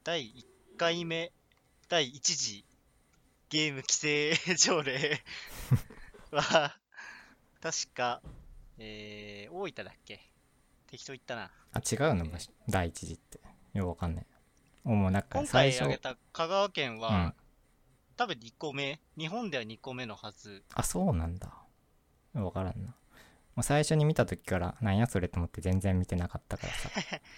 第1回目、第1次ゲーム規制条例 は、確か、えー、大分だっけ適当言ったな。
あ違うのもし第一次ってよくわかんないもうなんか
今
最
回
初
挙げた香川県は、
うん
多分2個目、日本では2個目のはず。
あそうなんだわからんなもう最初に見た時からなんやそれと思って全然見てなかったから さ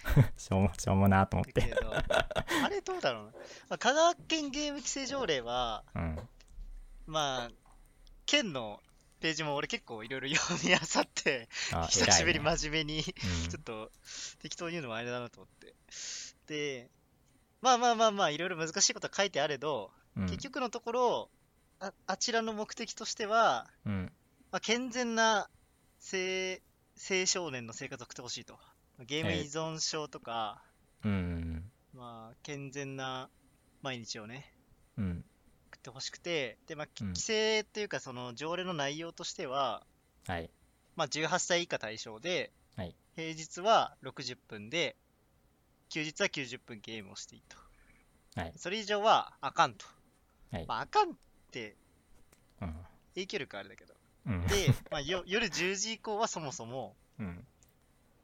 しょうもしょうもなと思っ
だ
て
け ど、あれどうだろうなまあ。香川県ゲーム規制条例は、
うん
まあ、県のページも俺結構いろいろ読みあさって、
あ
久しぶり
偉いね
真面目に、ちょっと適当に言うのもあれだなと思って。で、まあまあまあまあ、いろいろ難しいことは書いてあれど、
うんうん
結局のところあ、あちらの目的としては、
うん
まあ、健全な青青少年の生活を送ってほしいと。ゲーム依存症とか、
うん
まあ、健全な毎日をね、
うん
送ってほしくて、で、まあ、き
うん
規制っていうか、その条例の内容としては、
はい
まあ、18歳以下対象で、
はい
平日は60分で、休日は90分ゲームをしていいと。
はい
それ以上はあかんと。
はい
まあ、あかんって
うん
影響力あれだけど。
うん
で、まあ、よ夜10時以降はそもそも、
うん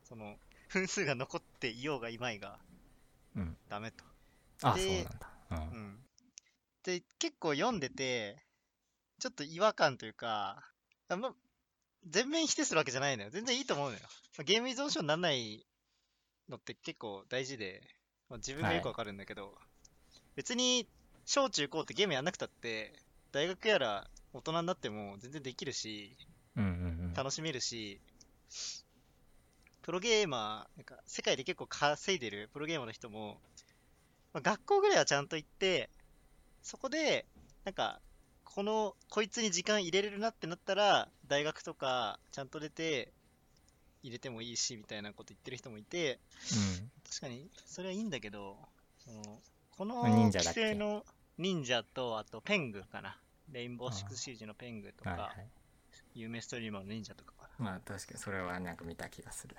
その、分数が残っていようがいまいが
うん
ダメと。
あそ
で
うなんだうん
うん。で、結構読んでて、ちょっと違和感というか、あま、全面否定するわけじゃないのよ。全然いいと思うのよ。まあゲーム依存症にならないのって結構大事で、まあ自分がよくわかるんだけど、別に小中高ってゲームやんなくたって、大学やら大人になっても全然できるし、
うんうん
楽しめるし、プロゲーマー、なんか世界で結構稼いでるプロゲーマーの人も、まあ、学校ぐらいはちゃんと行って、そこで、なんか、この、こいつに時間入れれるなってなったら、大学とかちゃんと出て、入れてもいいし、みたいなこと言ってる人もいて、確かに、それはいいんだけど、そのこの
忍者
規
だっけ
制の忍者と、あとペングかな。レインボー
あー
シックスシージのペングと
うんはいは
か、
い
有名ストリーマーの忍者とかかな。
まあ確かにそれはなんか見た気がする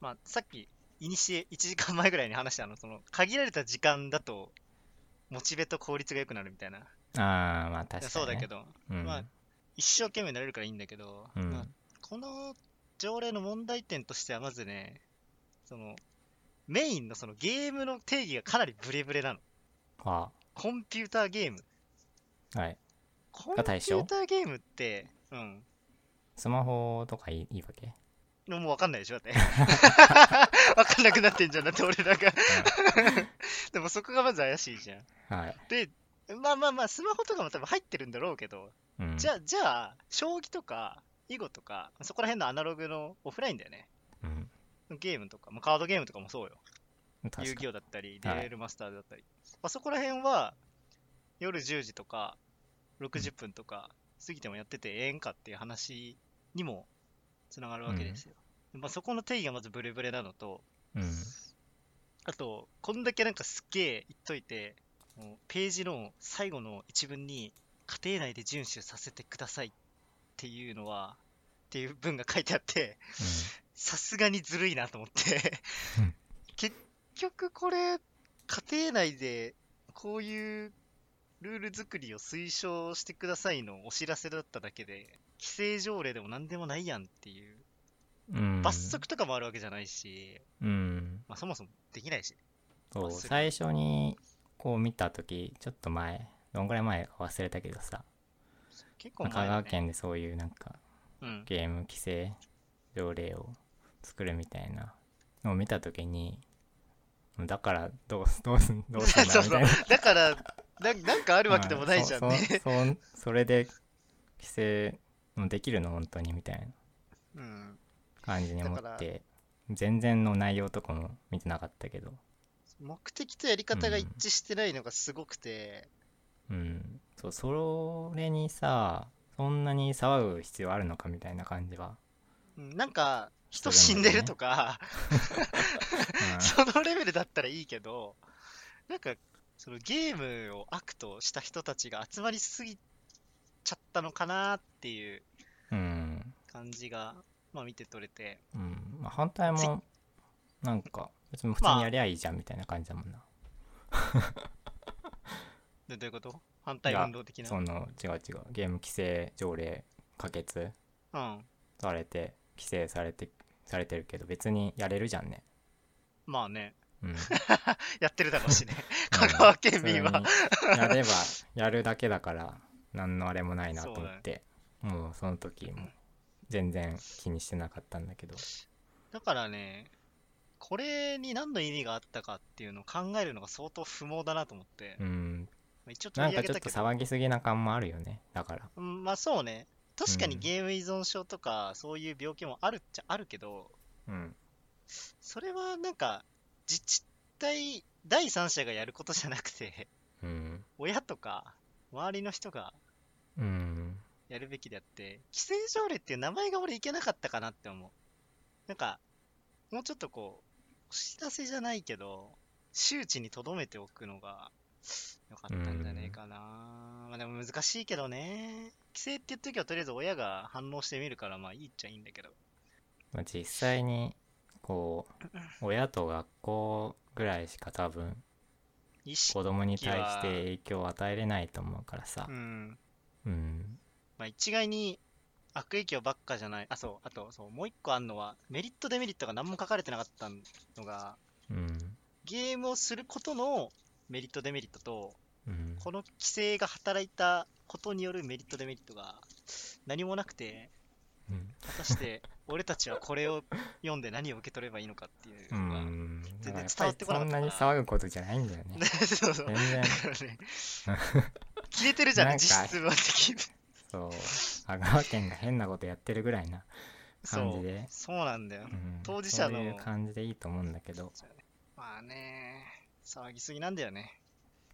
まあ、さっき、いにしえ1時間前ぐらいに話したあの、その、限られた時間だと、モチベと効率が良くなるみたいな。い
ああまあ確かに
や
ね
そうだけど、
うん
まあ一生懸命なれるからいいんだけど、
うん
まあ、この条例の問題点としては、まずね、その、メインのそのゲームの定義がかなりブレブレなの。
あ
コンピューターゲーム。
はい
コンピ
が
ュ
対象
ーターゲームって、うん。
スマホとかいいいいわ け
もう分かんないでし ょだって。分かんなくなってんじゃん。だって俺らが。でもそこがまず怪しいじゃん。
はい、
で、まあまあまあ、スマホとかも多分入ってるんだろうけど、
うん、
じゃあ、じゃあ、将棋とか、囲碁とか、そこら辺のアナログのオフラインだよね。
うん、
ゲームとか、まあ、カードゲームとかもそうよ。
確か
遊
に
戯王だったり、デ
はい
ュエルマスターズだったり。まあ、そこら辺は、夜10時とか、60分とか、過ぎてもやっててええんかっていう話にもつながるわけですよ。まあ、そこの定義がまずブレブレなのと、
うん
あと、こんだけなんかすっげえ言っといて、もうページの最後の一文に、家庭内で遵守させてくださいっていうのは、っていう文が書いてあって、さすがにずるいなと思って
うん、
結局これ、家庭内でこういうルール作りを推奨してくださいのお知らせだっただけで、規制条例でも何でもないやんってい
うん
う、
うん
罰則とかもあるわけじゃないし、
うん
まあ、そもそもできないし。
そう
罰則
最初にこう見た時ちょっと前どんぐらい前か忘れたけどさ
結構前だ
中
ね
川県でそういうなんか
うん。
ゲーム規制条例を作るみたいなのを見た時にだからどう すどうすんどうすんだ
そう
み
そ
た
う
いな
だからななんかあるわけでもないじゃん
う
ね
そ そそそれで規制もできるの本当にみたいな
うん
感じに思
だ
っ
か
て全然の内容とかも見てなかったけど
目的とやり方が一致してないのがすごくて、
うんそうそれにさそんなに騒ぐ必要あるのかみたいな感じは、
うんなんか人
そ
死
れ
ん
もね
でるとか、
うん
そのレベルだったらいいけどなんかそのゲームを悪とした人たちが集まりすぎちゃったのかなっていう
うん
感じが、まあ、見て取れて
うんまあ、反対もなんか別に普通
まあ
にやりゃいいじゃんみたいな感じだもんな、
でどういうこと反対
いや
運動的な
その違う違うゲーム規制条例可決
うん
されて規制されてされてるけど別にやれるじゃんね
まあね
うん
やってるだろうしね香川県民は
普通にやればやるだけだから何のあれもないなと思ってもうその時も全然気にしてなかったんだけど
だからね、これに何の意味があったかっていうのを考えるのが相当不毛だなと思って、
うん
まあ一応取
な
り
ん
上
か
げ
ちょったと
けど、
騒ぎすぎな感もあるよねだから
うんまあそうね、確かに
うん
ゲーム依存症とか、そういう病気もあるっちゃあるけど、
うん
それはなんか、自治体、第三者がやることじゃなくて、
うん
親とか、周りの人が
うん
やるべきであって、規制条例っていう名前が俺いけなかったかなって思う。なんか、もうちょっとこう、お知らせじゃないけど、周知に留めておくのが良かったんじゃねえかな。まあでも難しいけどね。規制って言うときはとりあえず親が反応してみるから、まあいいっちゃいいんだけど。
まあ実際にこう親と学校ぐらいしか多分
意識
子供に対して影響を与えれないと思うからさ
うん。
うん
まあ一概に悪影響ばっかじゃない。あ、そう。あと、そう。もう一個あんのは、メリットデメリットが何も書かれてなかったのが、
うん
ゲームをすることのメリットデメリットと、
うん
この規制が働いたことによるメリットデメリットが何もなくて
うん
果たして 俺たちはこれを読んで何を受け取ればいいのかっていう
う
のが、
んだ
全然
からやっ
伝
ぱ
わっ
り
てこな
そ
か
ん
った
なに騒ぐことじゃないんだ よね
そうそうだ
全
か
然
ら ね消えてるじゃんね
なんか
実 質は的に
そう香川県が変なことやってるぐらいな感
そ
じ
う
で、
そうなんだよ、
うん
当事者の
そういう感じでいいと思うんだけど、
まあね騒ぎすぎなんだよね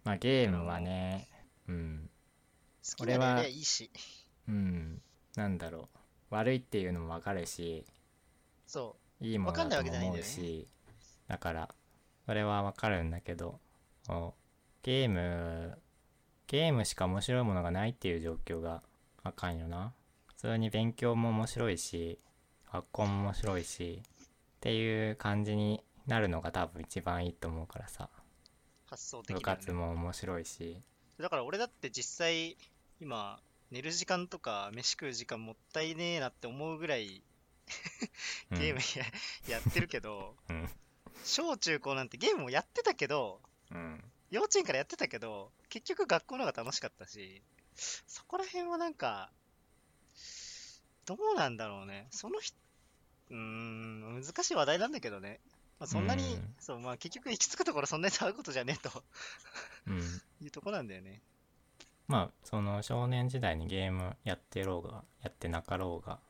まあ、ゲームはねうん、
好きなのやりゃいいし
うん、なんだろう悪いっていうのも分かるし
そ
いいもの
わかんな
だ
いわ
と
け
も
じゃないん
思
だ
う
よね
しだからそれは分かるんだけどこうゲームゲームしか面白いものがないっていう状況があかんよな普通に勉強も面白いし学校も面白いしっていう感じになるのが多分一番いいと思うからさ
う発想的
部
にはね
活も面白いし
だから俺だって実際今寝る時間とか飯食う時間もったいねえなって思うぐらい
うん
ゲーム や,、やってるけど、
うん
小中高なんてゲームもやってたけど、
うん
幼稚園からやってたけど、結局学校の方が楽しかったし、そこら辺はなんか、どうなんだろうね。その人、うーん、難しい話題なんだけどね。まあ、そんなに、
うん
そう、まあ結局行き着くところそんなに騒ぐことじゃねえと
うん
いうとこなんだよね。
まあその少年時代にゲームやってろうがやってなかろうが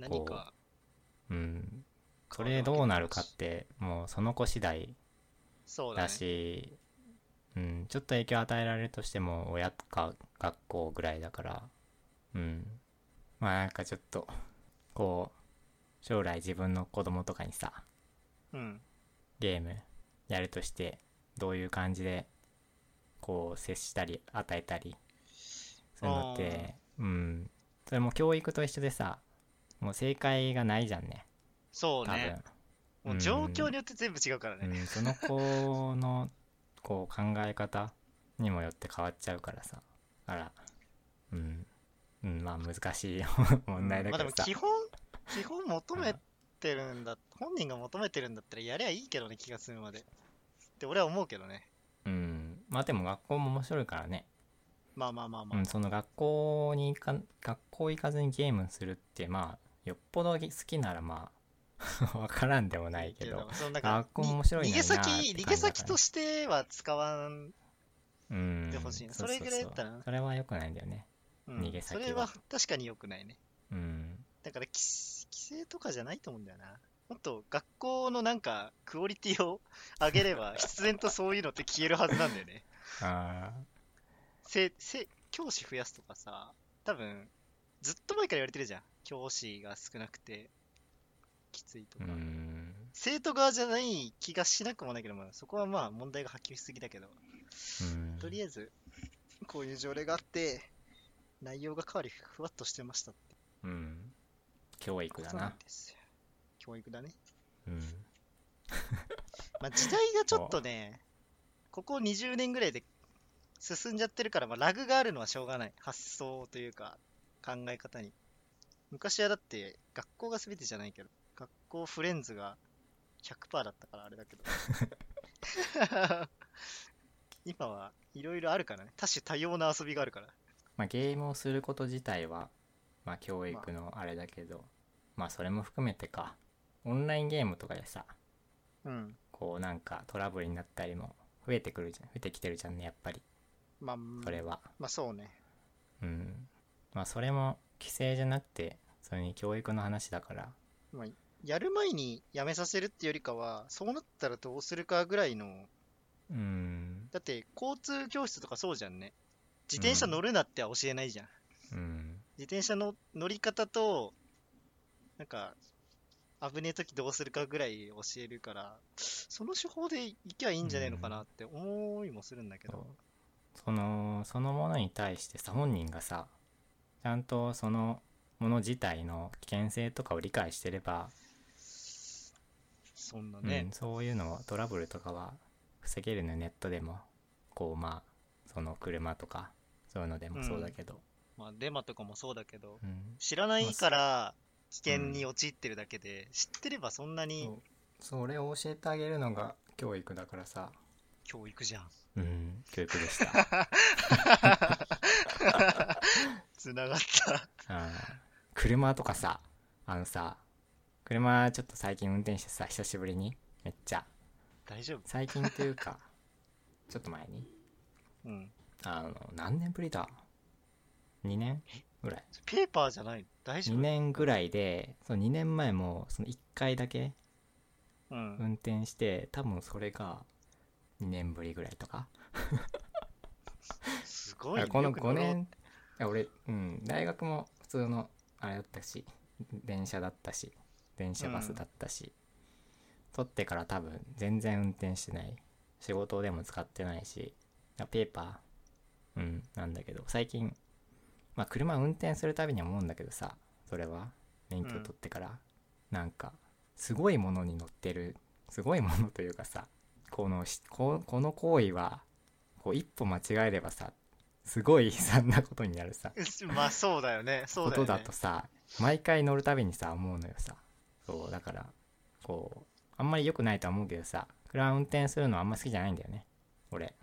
何か、
うんそれどうなるかってもうその子次第
そう
だ
だね。
しうんちょっと影響与えられるとしても親か学校ぐらいだからうんまあなんかちょっとこう将来自分の子供とかにさ
うん。
ゲームやるとしてどういう感じでこう接したり与えたりそういうのってうんそれも教育と一緒でさもう正解がないじゃんね
そ
多
うね。
分
もう状況によって全部違うから
う
ね。
ん、その子のこう考え方にもよって変わっちゃうからさだからうん、うん、まあ難しい問題だ
まあ
けど
でも
さ、
基本、 基本求めてるんだ、本人が求めてるんだったらやりゃいいけどね、気が済むまで。って俺は思うけどね。
うん、まあでも学校も面白いからね、
まあまあまあま
う
あ。
ん、その学校に行か学校行かずにゲームするってまあよっぽど好きならまあ 分からんでもないけど、
そのな
学
んか
校も面白い
に
ん
逃
だ
げ
よな
先、
って感じだ
逃
から
げ先としては使わん、
うん
でほしい
う
な
うう
それぐらいだったら
それは良くないんだよね
うん
逃げ先
そ
は
れは確かに良くないね。
うん
だから規規制とかじゃないと思うんだよな。もっと学校のなんかクオリティを上げ れば、必然とそういうのって消えるはずなんだよね。
あ
せせ教師増やすとかさ多分ずっと前から言われてるじゃん教師が少なくてきついと
ー
か、
うん
生徒側じゃない気がしなくもないけどもそこはまあ問題が波及しすぎだけど、
うん
とりあえずこういう条例があって内容が変わりふわっとしてましたって
うん教育
こ
だ
とな
なん
ですよ教育だね
うん
まあ時代がちょっとねここ20年ぐらいで進んじゃってるから、まあ、ラグがあるのはしょうがない発想というか考え方に昔はだって学校が全てじゃないけど学校フレンズが100%だったからあれだけど 今はいろいろあるからね多種多様な遊びがあるから
まあゲームをすること自体はまあ教育のあれだけど、まあ、それも含めてかオンラインゲームとかでさ
うん
こうなんかトラブルになったりも増えてくるじゃん増えてきてるじゃんねやっぱり
まあ
それは
まあそうね
うんまあそれも規制じゃなくてそれに教育の話だから
やる前にやめさせるってよりかはそうなったらどうするかぐらいの
うん
だって交通教室とかそうじゃんね自転車乗るなっては教えないじゃん、
うん
自転車の乗り方となんか危ねえ時どうするかぐらい教えるからその手法でいきゃいいんじゃないのかなって思いもするんだけ
そう
ど、
そのそのものに対してさ本人がさちゃんとそのもの自体の危険性とかを理解してれば、
そんな
う
ね
ん、、そういうのをトラブルとかは防げるのよネットでもこうまあその車とかそういうのでもそうだけど、
まあ、デマとかもそうだけど
うん
知らないから危険に陥ってるだけで、知ってればそんなに
そうそれを教えてあげるのが教育だからさ
教育じゃん
うん教育でした
つながった
うん車とかさあのさ車ちょっと最近運転してさ久しぶりにめっちゃ
大丈夫
最近というか ちょっと前に
うん
あの何年ぶりだ2年ぐらい
ペーパーじゃないの大丈
2
夫、
年ぐらいでその2年前もその1回だけ
うん
運転して多分それが2年ぶりぐらいとか
すごい、ね、
だからこの
よく乗
5
ろう
年いや俺、うん、大学も普通のあれだったし電車だったし電車バスだったし、取ってから多分全然運転してない仕事でも使ってないしだからペーパー、うん、なんだけど最近、まあ、車運転するたびに思うんだけどさそれは免許取ってから、なんかすごいものに乗ってるすごいものというかさこのしここの行為はこう一歩間違えればさすごい悲惨なことになるさ、
うんまあそうだよね、
こ
そうだよ
と
ね。
だとさ毎回乗るたびにさ思うのよさそうだからこうあんまり良くないとは思うけどさ車運転するのあんま好きじゃないんだよね俺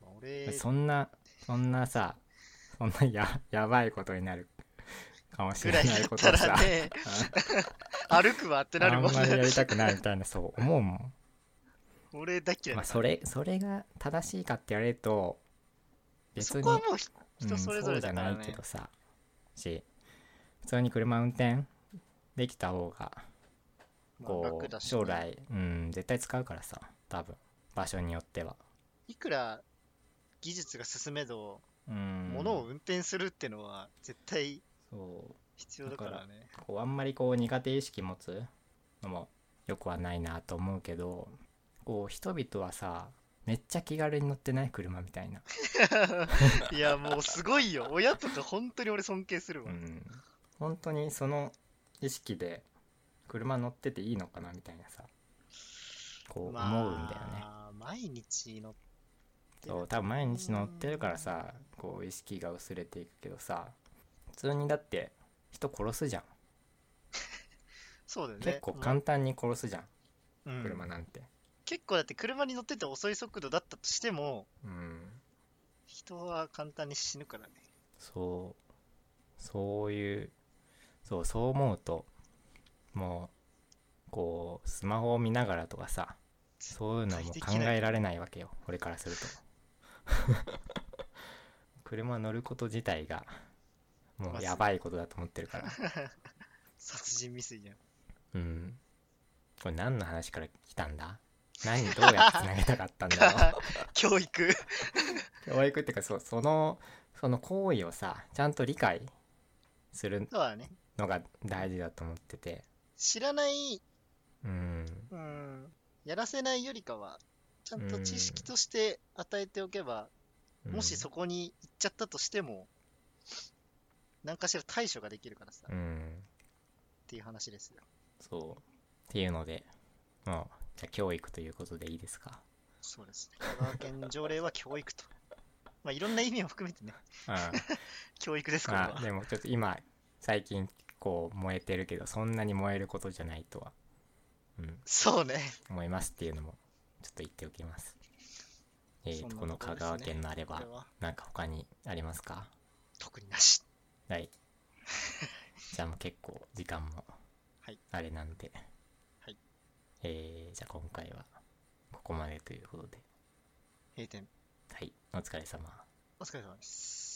まあ俺、
そんなそんなさそんなや やばいことになるかもし
ぐ
れ
らい
な
だ
い
っ
こと
た
をさ
らね、歩くわってなる
あん
もん
まりや
ね。
りたくないみたいなそう思うもん、
俺だけ
ま
だ
あ、それそれが正しいかって言われると別
そ
に
こはもうひ
う
人
ん
それぞれだから
そうじゃない
ね
け。どさし普通に車運転できた方が
まあ
こ
楽
う
だしね
将来うん絶対使うからさ多分場所によってはい
くら技術が進めど、
うん
物を運転するってのは絶対
そう
必要だからね。
こうあんまりこう苦手意識持つのもよくはないなと思うけどこう人々はさめっちゃ気軽に乗ってない車みたいな、
いや、もうすごいよ。親とか本当に俺尊敬する
う
わ。
ん、本当にその意識で車乗ってていいのかなみたいなさこう思うんだよね、
まあ毎日乗ってる
そう多分毎日乗ってるからさこう意識が薄れていくけどさ普通にだって人殺すじゃん、
そうだよね。
結構
う
簡単に殺すじゃん、
んうん
車なんて
結構だって車に乗ってて遅い速度だったとしても、
うん
人は簡単に死ぬからね。
そうそういうそうそう思うともうこうスマホを見ながらとかさそういうのはもう考えられないわけよ俺からすると車乗ること自体がもうやばいことだと思ってるから
殺人未遂じゃん。
うん。これ何の話から来たんだ何どうやってつなげたかったんだろう
教 育
教育っていうかそうそのその行為をさちゃんと理解する
とはね、
のが大事だと思ってて
知らない、
うん
うん、やらせないよりかは、ちゃんと知識として与えておけば、もしそこに行っちゃったとしても、何かしら対処ができるからさ、
う
っ
ん、うん、
ていう話ですよ。
そうっていうのでまあじゃあ教育ということでいいですか
そうですね。香川県条例は教育と。 まあ、いろんな意味を含めてね、
うん
教育ですから
まあ。でもちょっと今最近こう燃えてるけどそんなに燃えることじゃないとは、うん、
そうね。
思いますっていうのもちょっと言っておきます。えー
そん
と
な
この
とこ
香
ろですね
川県のあれ
こ
ば
れは
なんか他にありますか
特になし。
はいじゃあもう結構時間も
はい
あれなんで、
はい
えーじゃあ今回はここまでということで
閉店。
はいお疲れ様
お疲れ様です。